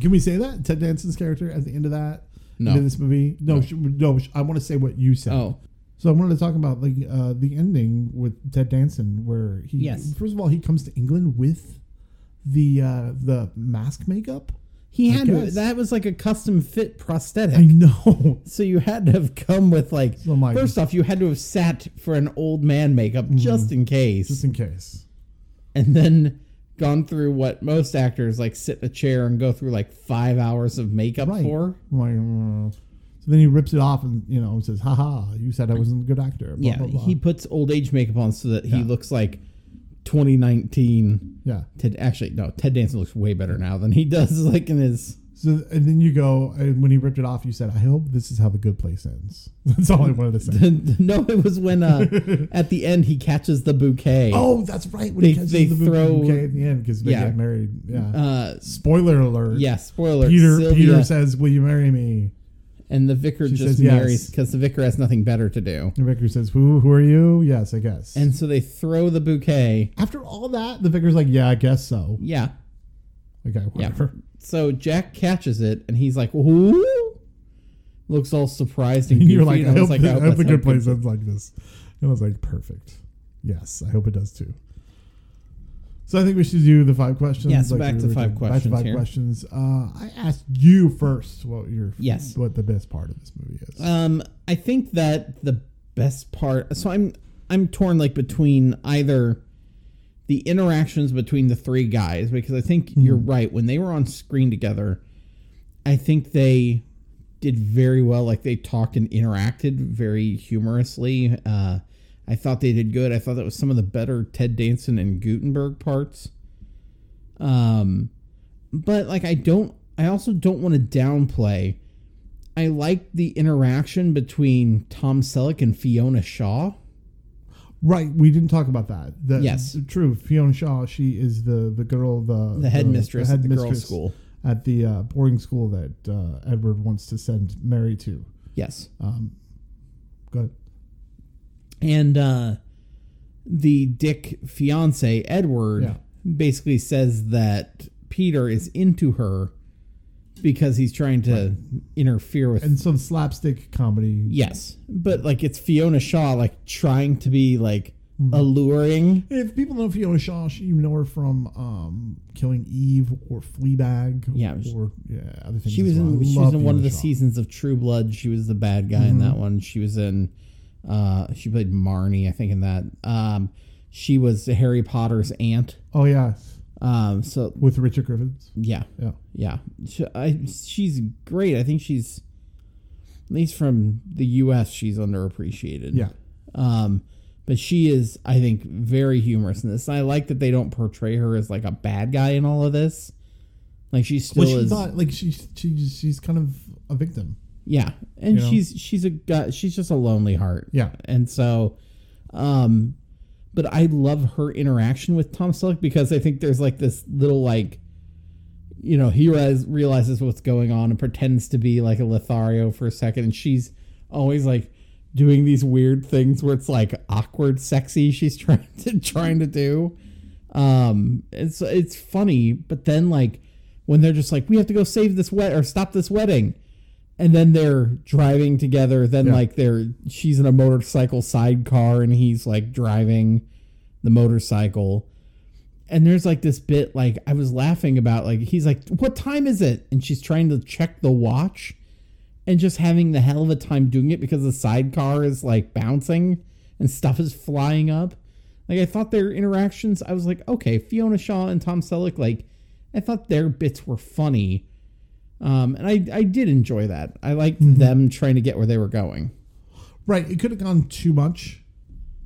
S1: Can we say that Ted Danson's character at the end of that?
S2: No.
S1: End of this movie. No. sh- No. sh- I want to say what you said.
S2: oh
S1: So I wanted to talk about like uh, the ending with Ted Danson, where he
S2: Yes.
S1: first of all he comes to England with the uh, the mask makeup.
S2: He
S1: I
S2: had to,
S1: guess.
S2: that was like a custom fit prosthetic.
S1: I know.
S2: so you had to have come with like
S1: Oh my-
S2: first off you had to have sat for an old man makeup just in case
S1: Mm-hmm. Just in case.
S2: and then gone through what most actors like sit in a chair and go through like 5 hours of makeup
S1: Right.
S2: for.
S1: I'm like, "Mm." so then he rips it off and you know says, "Ha ha! You said I wasn't a good actor." Blah,
S2: yeah,
S1: blah, blah.
S2: he puts old age makeup on so that he
S1: Yeah.
S2: looks like 2019
S1: yeah.
S2: Ted actually no, Ted Danson looks way better now than he does like in his
S1: So and then you go and when he ripped it off, you said, "I hope this is how the good place ends." That's all I wanted to say.
S2: No, it was when uh, at the end he catches the bouquet.
S1: oh, that's right. When
S2: They-
S1: he catches
S2: they
S1: the
S2: throw-
S1: bouquet at the end because they
S2: Yeah.
S1: get married. Yeah.
S2: Uh,
S1: Spoiler alert.
S2: Yeah, spoiler.
S1: Peter
S2: Sylvia
S1: Peter says, "Will you marry me?"
S2: and the vicar
S1: She
S2: just
S1: says yes.
S2: marries because the vicar has nothing better to do.
S1: And Vicar says, "Who who are you?" Yes, I guess.
S2: And so they throw the bouquet.
S1: after all that, the vicar's like, "Yeah, I guess so."
S2: Yeah.
S1: Okay, whatever.
S2: So Jack catches it and he's like, "Ooh!" Looks all surprised and
S1: And
S2: goofy.
S1: you're like,
S2: and
S1: "I hope,
S2: was
S1: the, I hope
S2: that's
S1: the
S2: how
S1: good
S2: it
S1: place
S2: goes."
S1: ends like this." And I was like, "Perfect." Yes, I hope it does too. So I think we should do the five questions.
S2: Yeah, so back
S1: we
S2: to
S1: were
S2: five
S1: doing.
S2: questions
S1: Back to five
S2: here.
S1: questions. Uh, I asked you first what your
S2: Yes.
S1: what the best part of this movie is.
S2: Um, I think that the best part. So I'm I'm torn like between either the interactions between the three guys because I think you're right when they were on screen together. I think they did very well. Like they talked and interacted very humorously. Uh, I thought they did good. I thought that was some of the better Ted Danson and Gutenberg parts. Um, but like I don't. I also don't want to downplay. I liked the interaction between Tom Selleck and Fiona Shaw.
S1: right, we didn't talk about that. The,
S2: Yes.
S1: true. Fiona Shaw, she is the the girl, the
S2: the headmistress at the girls'
S1: headmistress
S2: school.
S1: at the uh, boarding school that uh, Edward wants to send Mary to.
S2: Yes,
S1: Uh. Go ahead.
S2: and uh, the Dick fiance Edward
S1: Yeah.
S2: basically says that Peter is into her because he's trying to interfere with.
S1: And some slapstick comedy.
S2: yes, but like it's Fiona Shaw like trying to be like
S1: Mm-hmm.
S2: alluring.
S1: If people know Fiona Shaw, she- you know her from um, Killing Eve or Fleabag.
S2: Yeah,
S1: or yeah, other things.
S2: She
S1: as
S2: was
S1: well.
S2: in.
S1: I
S2: She was
S1: love
S2: in one of
S1: Fiona
S2: the
S1: Shaw. Mm-hmm.
S2: seasons of True Blood. She was the bad guy in that one. She was in. Uh, she played Marnie, I think, in that. Um, she was Harry Potter's aunt.
S1: Oh yeah,
S2: Um, so
S1: with Richard Griffiths.
S2: yeah,
S1: Yeah,
S2: yeah. She, I, she's great. I think she's at least from the U.S. She's underappreciated.
S1: yeah.
S2: Um, but she is, I think, very humorous in this. And I like that they don't portray her as like a bad guy in all of this. Like she still
S1: Well, she's
S2: is.
S1: not like she she she's kind of a victim.
S2: Yeah, and
S1: You know?
S2: she's she's a gu- she's just a lonely heart.
S1: Yeah.
S2: and so, um, but I love her interaction with Tom Selleck because I think there's like this little like, you know, he realize, realizes what's going on and pretends to be like a Lothario for a second, and she's always like doing these weird things where it's like awkward, sexy. She's trying to trying to do, um, it's it's funny, but then like when they're just like, we have to go save this wet or stop this wedding and then they're driving together then
S1: Yeah.
S2: like they're she's in a motorcycle sidecar and he's like driving the motorcycle and there's like this bit like i was laughing about like he's like what time is it and she's trying to check the watch and just having the hell of a time doing it because the sidecar is like bouncing and stuff is flying up like i thought their interactions i was like okay fiona shaw and tom selleck like i thought their bits were funny um, and I, I did enjoy that. I liked
S1: Mm-hmm.
S2: them trying to get where they were going.
S1: Right. It could have gone too much.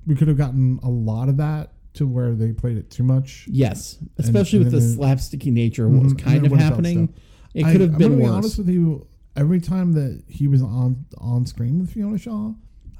S1: We could have gotten a lot of that to where they played it too much.
S2: Yes, especially
S1: and
S2: with the
S1: then-
S2: slapsticky nature of what was
S1: Mhm, and
S2: kind
S1: then
S2: of
S1: what about
S2: happening.
S1: stuff?
S2: It could have
S1: I,
S2: been
S1: I'm gonna
S2: worse.
S1: Be honest with you, every time that he was on on screen with Fiona Shaw,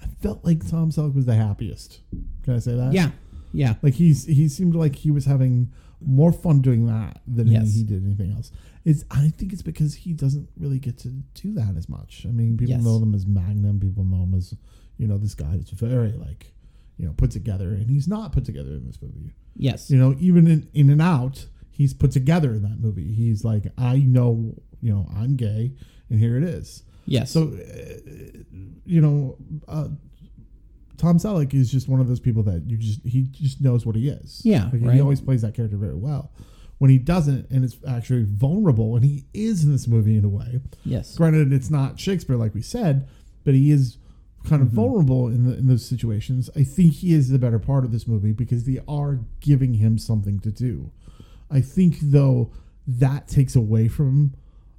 S1: I felt like Tom Selleck was the happiest. Can I say that?
S2: Yeah. Yeah.
S1: Like he's he seemed like he was having more fun doing that than
S2: Yes.
S1: he did anything else. It's I think it's because he doesn't really get to do that as much. I mean, people
S2: Yes.
S1: know him as Magnum. People know him as you know this guy is very like you know put together, and he's not put together in this movie.
S2: Yes.
S1: You know, even in In and Out, he's put together in that movie. He's like, I know, you know, I'm gay, and here it is.
S2: Yes.
S1: So, uh, you know, uh, Tom Selleck is just one of those people that you just he just knows what he is.
S2: Yeah,
S1: Like,
S2: right.
S1: he always plays that character very well. When he doesn't, and it's actually vulnerable, and he is in this movie in a way.
S2: yes.
S1: Granted, it's not Shakespeare like we said, but he is kind
S2: Mm-hmm.
S1: of vulnerable in, the, in those situations. I think he is the better part of this movie because they are giving him something to do. I think though that takes away from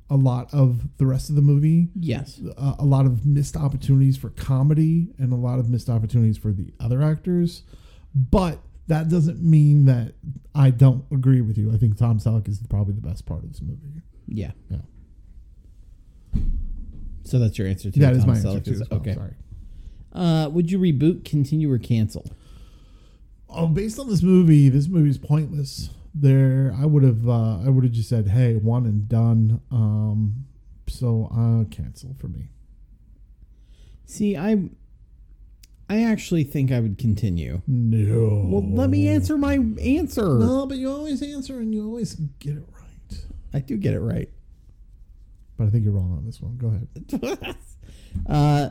S1: a lot of the rest of the movie uh,
S2: Yes.
S1: a a lot of missed opportunities for comedy and a lot of missed opportunities for the other actors. But that doesn't mean that I don't agree with you. I think Tom Selleck is probably the best part of this movie.
S2: Yeah.
S1: Yeah,
S2: So that's your answer to
S1: that
S2: the
S1: is
S2: Tom
S1: my
S2: Selleck
S1: answer. Too,
S2: is-
S1: as well.
S2: okay.
S1: Sorry.
S2: Uh, would you reboot, continue, or cancel?
S1: Oh, based on this movie, this movie is pointless. There, I would have, uh, I would have just said, "Hey, one and done." Um, so uh, cancel for me.
S2: See, I, I actually think I would continue.
S1: No.
S2: Well, let me answer my answer.
S1: No, but you always answer and you always get it right.
S2: I do get it right.
S1: But I think you're wrong on this one. Go ahead.
S2: Uh,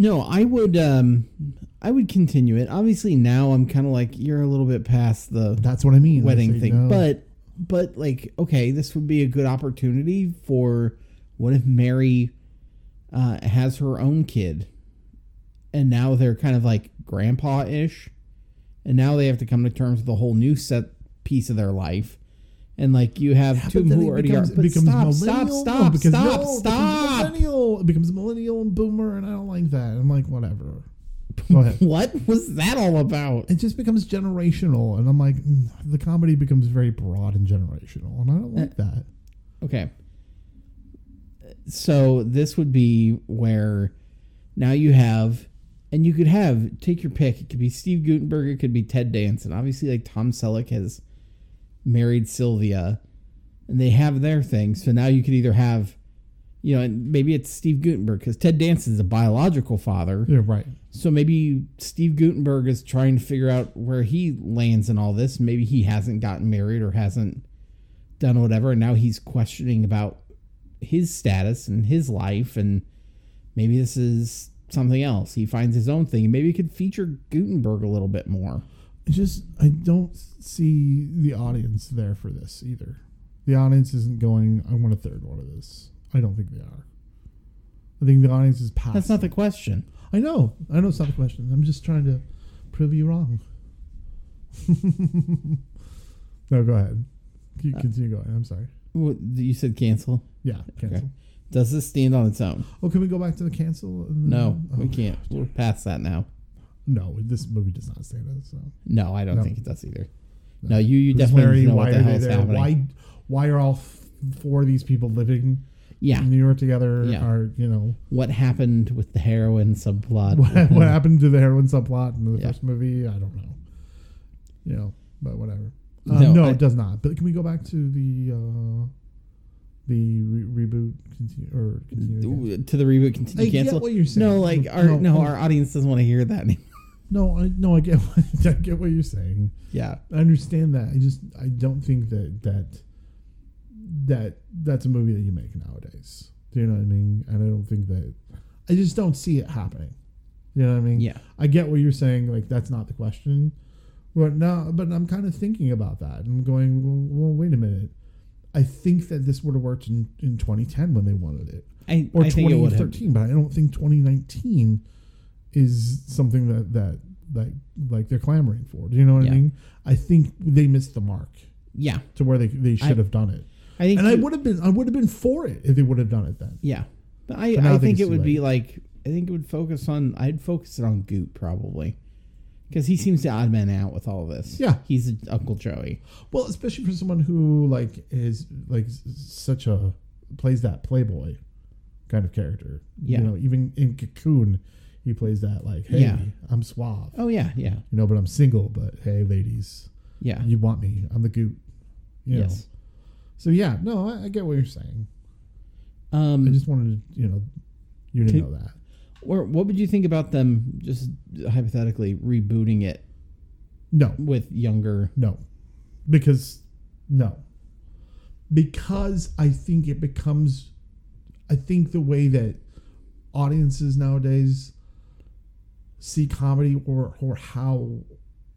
S2: no, I would. Um, I would continue it. Obviously, now I'm kind of like you're a little bit past the
S1: That's what I mean. I
S2: wedding
S1: say
S2: thing,
S1: no.
S2: but but like okay, this would be a good opportunity for what if Mary uh, has her own kid, and now they're kind of like grandpa ish, and now they have to come to terms with a whole new set piece of their life. And like you have two
S1: But then
S2: who
S1: it
S2: already
S1: becomes,
S2: are,
S1: it
S2: but
S1: becomes
S2: stop, stop,
S1: millennial. No,
S2: stop,
S1: because- no, it becomes
S2: stop, stop.
S1: millennial. It becomes millennial and boomer, and I don't like that. I'm like, whatever. Go ahead.
S2: What was that all about?
S1: It just becomes generational, and I'm like, mm, the comedy becomes very broad and generational, and I don't
S2: Uh,
S1: like that.
S2: Okay. So this would be where now you have, and you could have take your pick. It could be Steve Gutenberg. It could be Ted Danson. Obviously, like Tom Selleck has married Sylvia, and they have their thing. So now you could either have, you know, and maybe it's Steve Gutenberg because Ted Danson's a biological father.
S1: You're right.
S2: So maybe Steve Gutenberg is trying to figure out where he lands in all this. Maybe he hasn't gotten married or hasn't done whatever, and now he's questioning about his status and his life, and maybe this is something else. He finds his own thing. Maybe it could feature Gutenberg a little bit more.
S1: It's just I don't see the audience there for this either. The audience isn't going. I want a third one of this. I don't think they are. I think the audience is past.
S2: That's not the question.
S1: I know. I know it's not the question. I'm just trying to prove you wrong. no, go ahead. You
S2: Uh,
S1: continue going. I'm sorry.
S2: What, you said cancel.
S1: Yeah, cancel.
S2: Okay. Does this stand on its own?
S1: Oh, can we go back to the cancel? and-
S2: No,
S1: Oh,
S2: we can't. We're past that now.
S1: No, this movie does not stand on its own.
S2: No, I don't
S1: No.
S2: think it does either. No, you, you definitely
S1: Mary,
S2: know
S1: why
S2: what the
S1: are
S2: hell
S1: they
S2: is
S1: there?
S2: happening.
S1: Why, why are all f- four of these people living
S2: yeah.
S1: in New York together?
S2: Yeah.
S1: Are you know
S2: what happened with the heroin subplot.
S1: what, what happened to the heroin subplot in the
S2: Yeah.
S1: first movie? I don't know. You know, but whatever. Uh,
S2: No,
S1: no,
S2: I-
S1: it does not. But can we go back to the uh, the re- reboot continue, or continue? again?
S2: to the reboot continue
S1: I get
S2: cancel?
S1: what you're saying.
S2: No, like our no,
S1: No,
S2: our audience doesn't want to hear that anymore.
S1: No, I no, I get what, I get what you're saying.
S2: Yeah.
S1: I understand that. I just I don't think that that that that's a movie that you make nowadays. Do you know what I mean? And I don't think that I just don't see it happening. You know what I mean?
S2: Yeah.
S1: I get what you're saying. Like that's not the question. But no, but I'm kind of thinking about that. I'm going, well, well wait a minute. I think that this would have worked in, in 2010 when they wanted it,
S2: I,
S1: or
S2: I think it would have.
S1: 2013. But I don't think 2019 is something that that like like they're clamoring for. Do you know what
S2: Yeah.
S1: I mean? I think they missed the mark
S2: Yeah.
S1: to where they, they
S2: I-
S1: should have done it.
S2: I think
S1: And I
S2: you-
S1: would have been I would have been for it if they would have done it then.
S2: Yeah. But I,
S1: But now
S2: I
S1: I think
S2: think,
S1: it's
S2: it
S1: too
S2: would be like I think it would focus on I'd focus it on Goop probably. Because he seems the odd man out with all this.
S1: Yeah.
S2: He's Uncle Joey.
S1: Well, especially for someone who like is like s- such a plays that playboy kind of character.
S2: Yeah.
S1: You know, even in Cocoon, he plays that like, hey,
S2: Yeah.
S1: I'm suave.
S2: Oh yeah, yeah,
S1: You know, but I'm single, but hey, ladies,
S2: yeah.
S1: you want me. I'm the goot. You know.
S2: yes.
S1: So yeah, no, I, I get what you're saying. I
S2: Um,
S1: just wanted to, you know, you didn't
S2: Can-
S1: know that.
S2: or what would you think about them just hypothetically rebooting it
S1: No,
S2: with younger?
S1: no, because no, because I think it becomes, I think the way that audiences nowadays see comedy or or how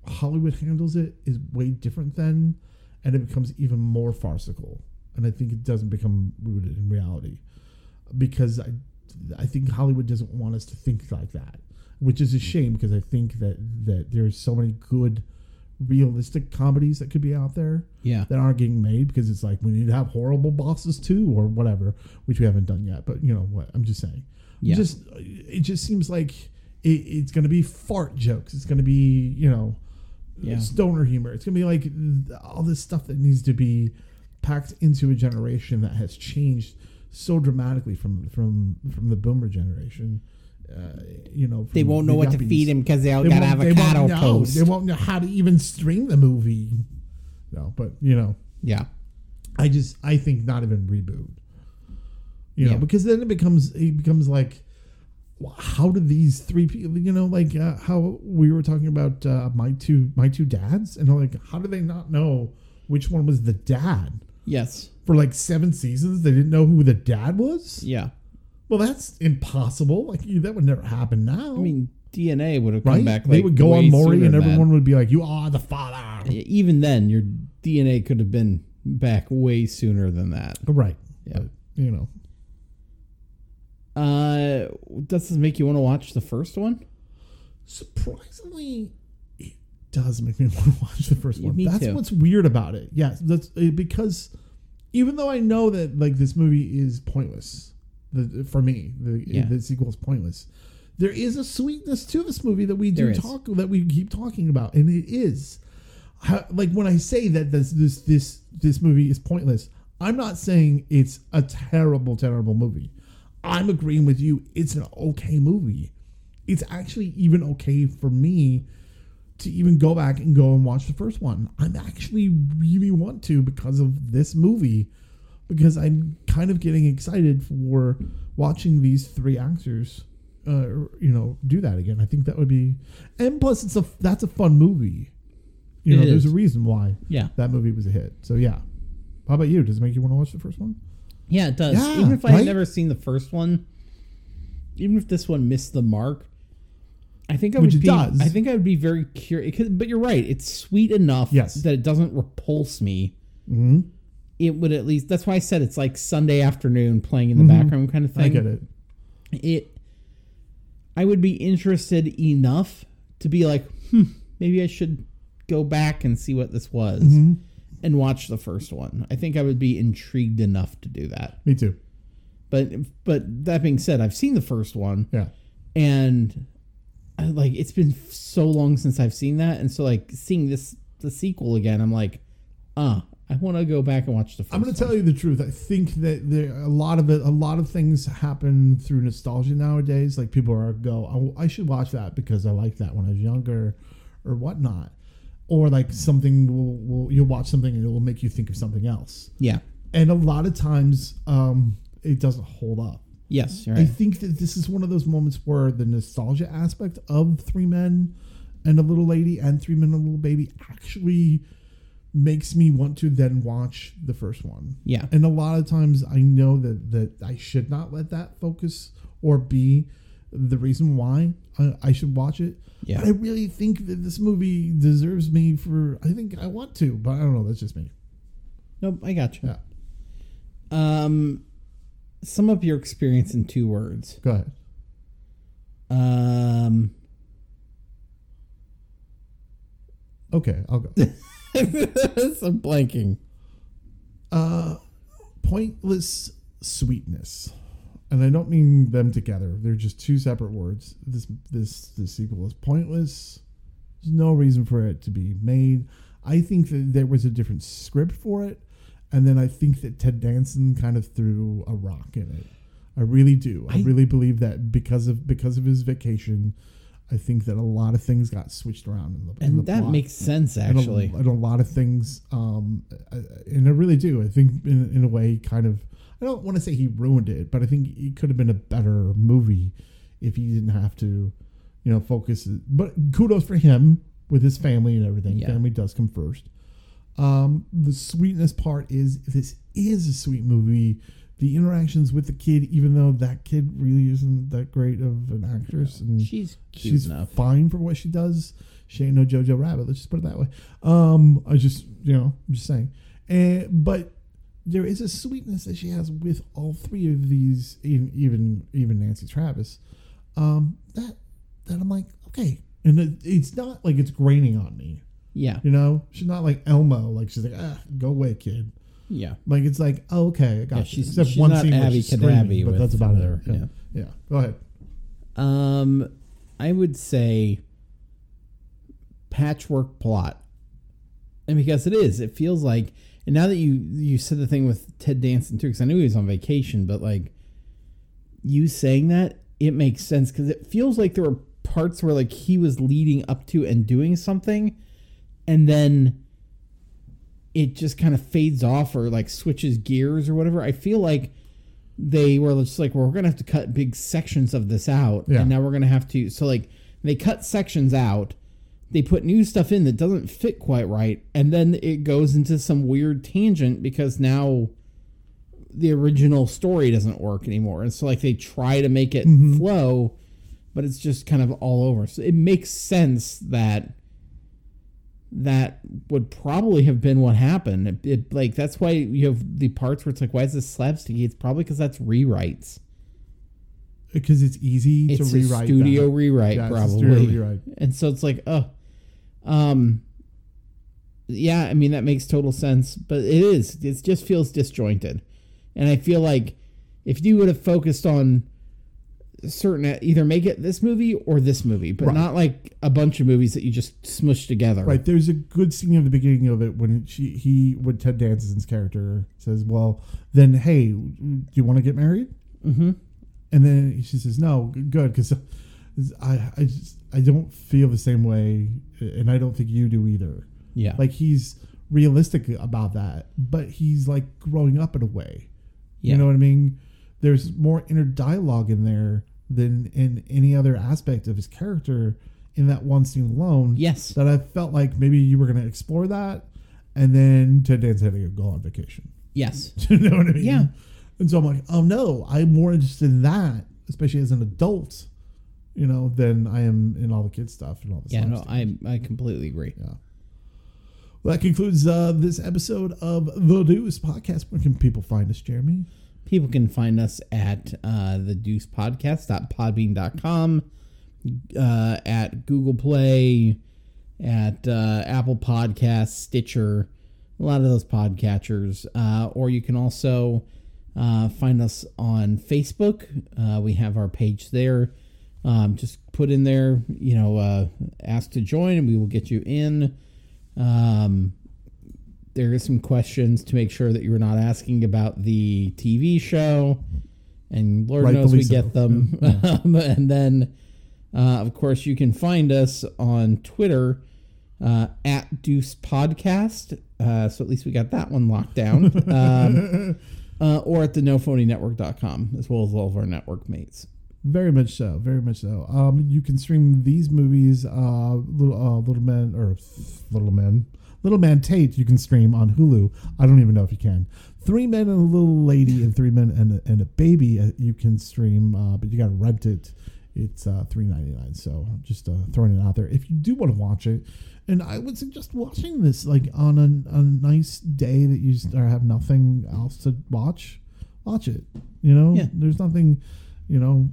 S1: Hollywood handles it is way different than, and it becomes even more farcical. And I think it doesn't become rooted in reality, because I, I think Hollywood doesn't want us to think like that, which is a shame because I think that that there's so many good, realistic comedies that could be out there
S2: Yeah,
S1: that aren't getting made because it's like we need to have horrible bosses too or whatever, which we haven't done yet. But you know what? I'm just saying.
S2: Yeah.
S1: Just uh, it just seems like it, it's going to be fart jokes. It's going to be you know
S2: Yeah.
S1: stoner humor. It's going to be like all this stuff that needs to be packed into a generation that has changed so dramatically from from from the boomer generation. Uh, you know
S2: they
S1: from
S2: won't know
S1: the
S2: what to
S1: yuppies.
S2: feed him because they all
S1: They
S2: got
S1: won't- they
S2: avocado
S1: won't know.
S2: toast.
S1: They won't know how to even stream the movie. No, but you know.
S2: Yeah,
S1: I just I think not even reboot. You know,
S2: Yeah.
S1: because then it becomes it becomes like wh- how do these three people you know like uh, how we were talking about uh, my two my two dads and like how do they not know which one was the dad
S2: yes,
S1: for like seven seasons they didn't know who the dad was
S2: yeah.
S1: well that's impossible like you, that would never happen now
S2: I mean, DNA would have come
S1: right
S2: back. Like,
S1: they would go
S2: way
S1: on Maury
S2: sooner
S1: and
S2: than
S1: everyone would be like you are the father
S2: that. Even then, your DNA could have been back way sooner than that.
S1: right
S2: Yeah.
S1: But, you know
S2: Uh, does this make you want to watch the first one?
S1: surprisingly it does make me want to watch the first
S2: Yeah,
S1: one
S2: me
S1: that's
S2: too.
S1: what's weird about it yes that's uh, because even though i know that like this movie is pointless the, for me the,
S2: Yeah.
S1: the sequel is pointless there is a sweetness to this movie that we
S2: There
S1: do
S2: is.
S1: talk that we keep talking about and it is How, like when i say that this this this this movie is pointless i'm not saying it's a terrible terrible movie i'm agreeing with you it's an okay movie it's actually even okay for me to even go back and go and watch the first one. I'm actually really want to because of this movie, because I'm kind of getting excited for watching these three actors, uh, you know, do that again. I think that would be, and plus it's a that's a fun movie. You
S2: It
S1: know, there's a
S2: is.
S1: reason why
S2: Yeah,
S1: that movie was a hit. So yeah, how about you? Does it make you want to watch the first one?
S2: yeah, it does.
S1: Yeah,
S2: even if I
S1: right?
S2: had never seen the first one, even if this one missed the mark, I think I
S1: Which it
S2: would be.
S1: does.
S2: I think I would be very curious. But you're right; it's sweet enough
S1: Yes.
S2: that it doesn't repulse me.
S1: Mm-hmm.
S2: It would at least. That's why I said it's like Sunday afternoon playing in the background kind of thing.
S1: Mm-hmm. I get it.
S2: it I would be interested enough to be like, hmm, maybe I should go back and see what this was
S1: Mm-hmm.
S2: and watch the first one. I think I would be intrigued enough to do that.
S1: Me too.
S2: But but that being said, I've seen the first one
S1: Yeah.
S2: and I, like it's been so long since I've seen that and so like seeing this the sequel again, I'm like, ah, I want to go back and watch the 1st
S1: I'm going to tell you the truth. I think that there a lot of it, a lot of things happen through nostalgia nowadays. Like people are go, "Oh, I, I should watch that because I liked that when I was younger, or whatnot, or like something will, will you'll watch something and it will make you think of something else.
S2: Yeah.
S1: And a lot of times, um, it doesn't hold up.
S2: Yes, you're
S1: I
S2: right.
S1: think that this is one of those moments where the nostalgia aspect of Three Men and a Little Lady and Three Men and a Little Baby actually makes me want to then watch the first one.
S2: Yeah.
S1: And a lot of times I know that that I should not let that focus or be the reason why I, I should watch it.
S2: Yeah.
S1: But I really think that this movie deserves me for I think I want to, but I don't know, that's just me.
S2: Nope, I got you.
S1: Yeah.
S2: Um, sum up your experience in two words.
S1: Go ahead.
S2: Um,
S1: Okay, I'll go.
S2: I'm blanking.
S1: uh, pointless sweetness. And I don't mean them together. They're just two separate words. This this this sequel is pointless. There's no reason for it to be made. I think that there was a different script for it, and then I think that Ted Danson kind of threw a rock in it. I really do. I,
S2: I-
S1: really believe that because of because of his vacation, I think that a lot of things got switched around in the in the
S2: and that
S1: plot.
S2: makes sense
S1: And a-
S2: actually.
S1: and a, lot of things. Um, I- I- and I really do. I think in, in a way, kind of. I don't want to say he ruined it, but I think it could have been a better movie if he didn't have to, you know, focus. But kudos for him with his family and everything.
S2: Yeah.
S1: Family does come first. Um, the sweetness part is this is a sweet movie. The interactions with the kid, even though that kid really isn't that great of an actress, and
S2: She's cute
S1: she's
S2: enough.
S1: fine for what she does. She ain't no Jojo Rabbit. Let's just put it that way. Um, I just you know, I'm just saying. And but there is a sweetness that she has with all three of these, even even even Nancy Travis. Um, that that I'm like okay, and it, it's not like it's graining on me.
S2: Yeah.
S1: You know, she's not like Elmo. Like she's like ah, go away, kid.
S2: Yeah.
S1: Like it's like oh, okay, I got
S2: Yeah,
S1: you.
S2: she's-
S1: Except
S2: she's
S1: one
S2: not
S1: scene where
S2: Abby
S1: she's screaming,
S2: Cadabby
S1: but
S2: with
S1: that's about
S2: her,
S1: it. Yeah.
S2: yeah.
S1: yeah, go ahead.
S2: Um, I would say patchwork plot, and because it is, it feels like. And now that you you said the thing with Ted Danson too, because I knew he was on vacation, but like you saying that, it makes sense because it feels like there were parts where like he was leading up to and doing something, and then it just kind of fades off or like switches gears or whatever. I feel like they were just like, well, we're gonna have to cut big sections of this out,
S1: Yeah.
S2: and now we're gonna have to. So like, they cut sections out, they put new stuff in that doesn't fit quite right, and then it goes into some weird tangent because now the original story doesn't work anymore, and so like they try to make it flow, but it's just kind of all over. So it makes sense that that would probably have been what happened. It, it- like that's why you have the parts where it's like, why is this slapsticky? It's probably because that's rewrites.
S1: Because it's easy
S2: It's
S1: to rewrite
S2: a studio
S1: that.
S2: rewrite,
S1: Yeah, it's a
S2: probably.
S1: studio rewrite.
S2: And so it's like, oh, um, yeah. I mean, that makes total sense, but it is. It just feels disjointed, and I feel like if you would have focused on certain, either make it this movie or this movie, but
S1: Right.
S2: not like a bunch of movies that you just smush together.
S1: Right. There's a good scene at the beginning of it when she he when Ted Danson's character says, "Well, then, hey, do you want to get married?"
S2: Mm-hmm.
S1: And then she says, "No, good, because I I just I don't feel the same way, and I don't think you do either."
S2: Yeah.
S1: Like he's realistic about that, but he's like growing up in a way.
S2: Yeah.
S1: You know what I mean? There's more inner dialogue in there than in any other aspect of his character in that one scene alone.
S2: yes.
S1: that I felt like maybe you were going to explore that, and then Ted Danson had to go on vacation.
S2: Yes.
S1: you know what I mean?
S2: Yeah.
S1: And so I'm like, oh no, I'm more interested in that, especially as an adult, you know, than I am in all the kid stuff and all this.
S2: Yeah. No, I I completely agree.
S1: yeah. Well, that concludes uh, this episode of the Deuce podcast. Where can people find us, Jeremy?
S2: People can find us at uh, the Deuce Podcast.podbean.com, uh, at Google Play, at uh, Apple Podcasts, Stitcher, a lot of those podcatchers. Uh, or you can also uh, find us on Facebook. Uh, we have our page there. Um, just put in there, you know, uh, ask to join, and we will get you in. Um, there is some questions to make sure that you were not asking about the TV show, and Lord knows
S1: Rightfully
S2: we
S1: so.
S2: get them. Um, and then, uh, of course, you can find us on Twitter uh, at Deuce Podcast. Uh, so at least we got that one locked down. Um, uh, or at the nophonynetwork.com, as well as all of our network mates.
S1: Very much so. Very much so. Um, you can stream these movies, uh, little uh, little men or little men, little man Tate. You can stream on Hulu. I don't even know if you can. Three men and a little lady, and three men and a, and a baby. uh, You can stream, uh, but you got to rent it. It's uh, three ninety nine. So just uh, throwing it out there. If you do want to watch it, and I would suggest watching this like on a, a nice day that you just, or have nothing else to watch, watch it. You know,
S2: Yeah.
S1: there's nothing. You know,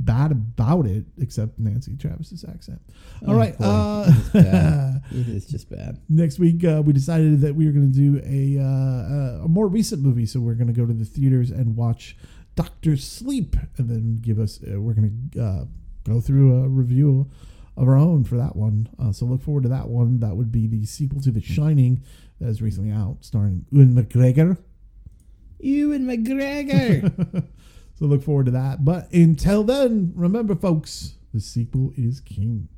S1: bad about it except Nancy Travis's accent. All
S2: Oh,
S1: right.
S2: boy.
S1: Uh,
S2: bad. It is just bad.
S1: next week uh, we decided that we were going to do a, uh, uh, a more recent movie, so we're going to go to the theaters and watch Doctor Sleep, and then give us uh, we're going to uh, go through a review of our own for that one. Uh, so look forward to that one. That would be the sequel to The
S2: Hmm.
S1: Shining that is recently out, starring Ewan McGregor.
S2: Ewan McGregor.
S1: So look forward to that. But until then, remember, folks, the sequel is king.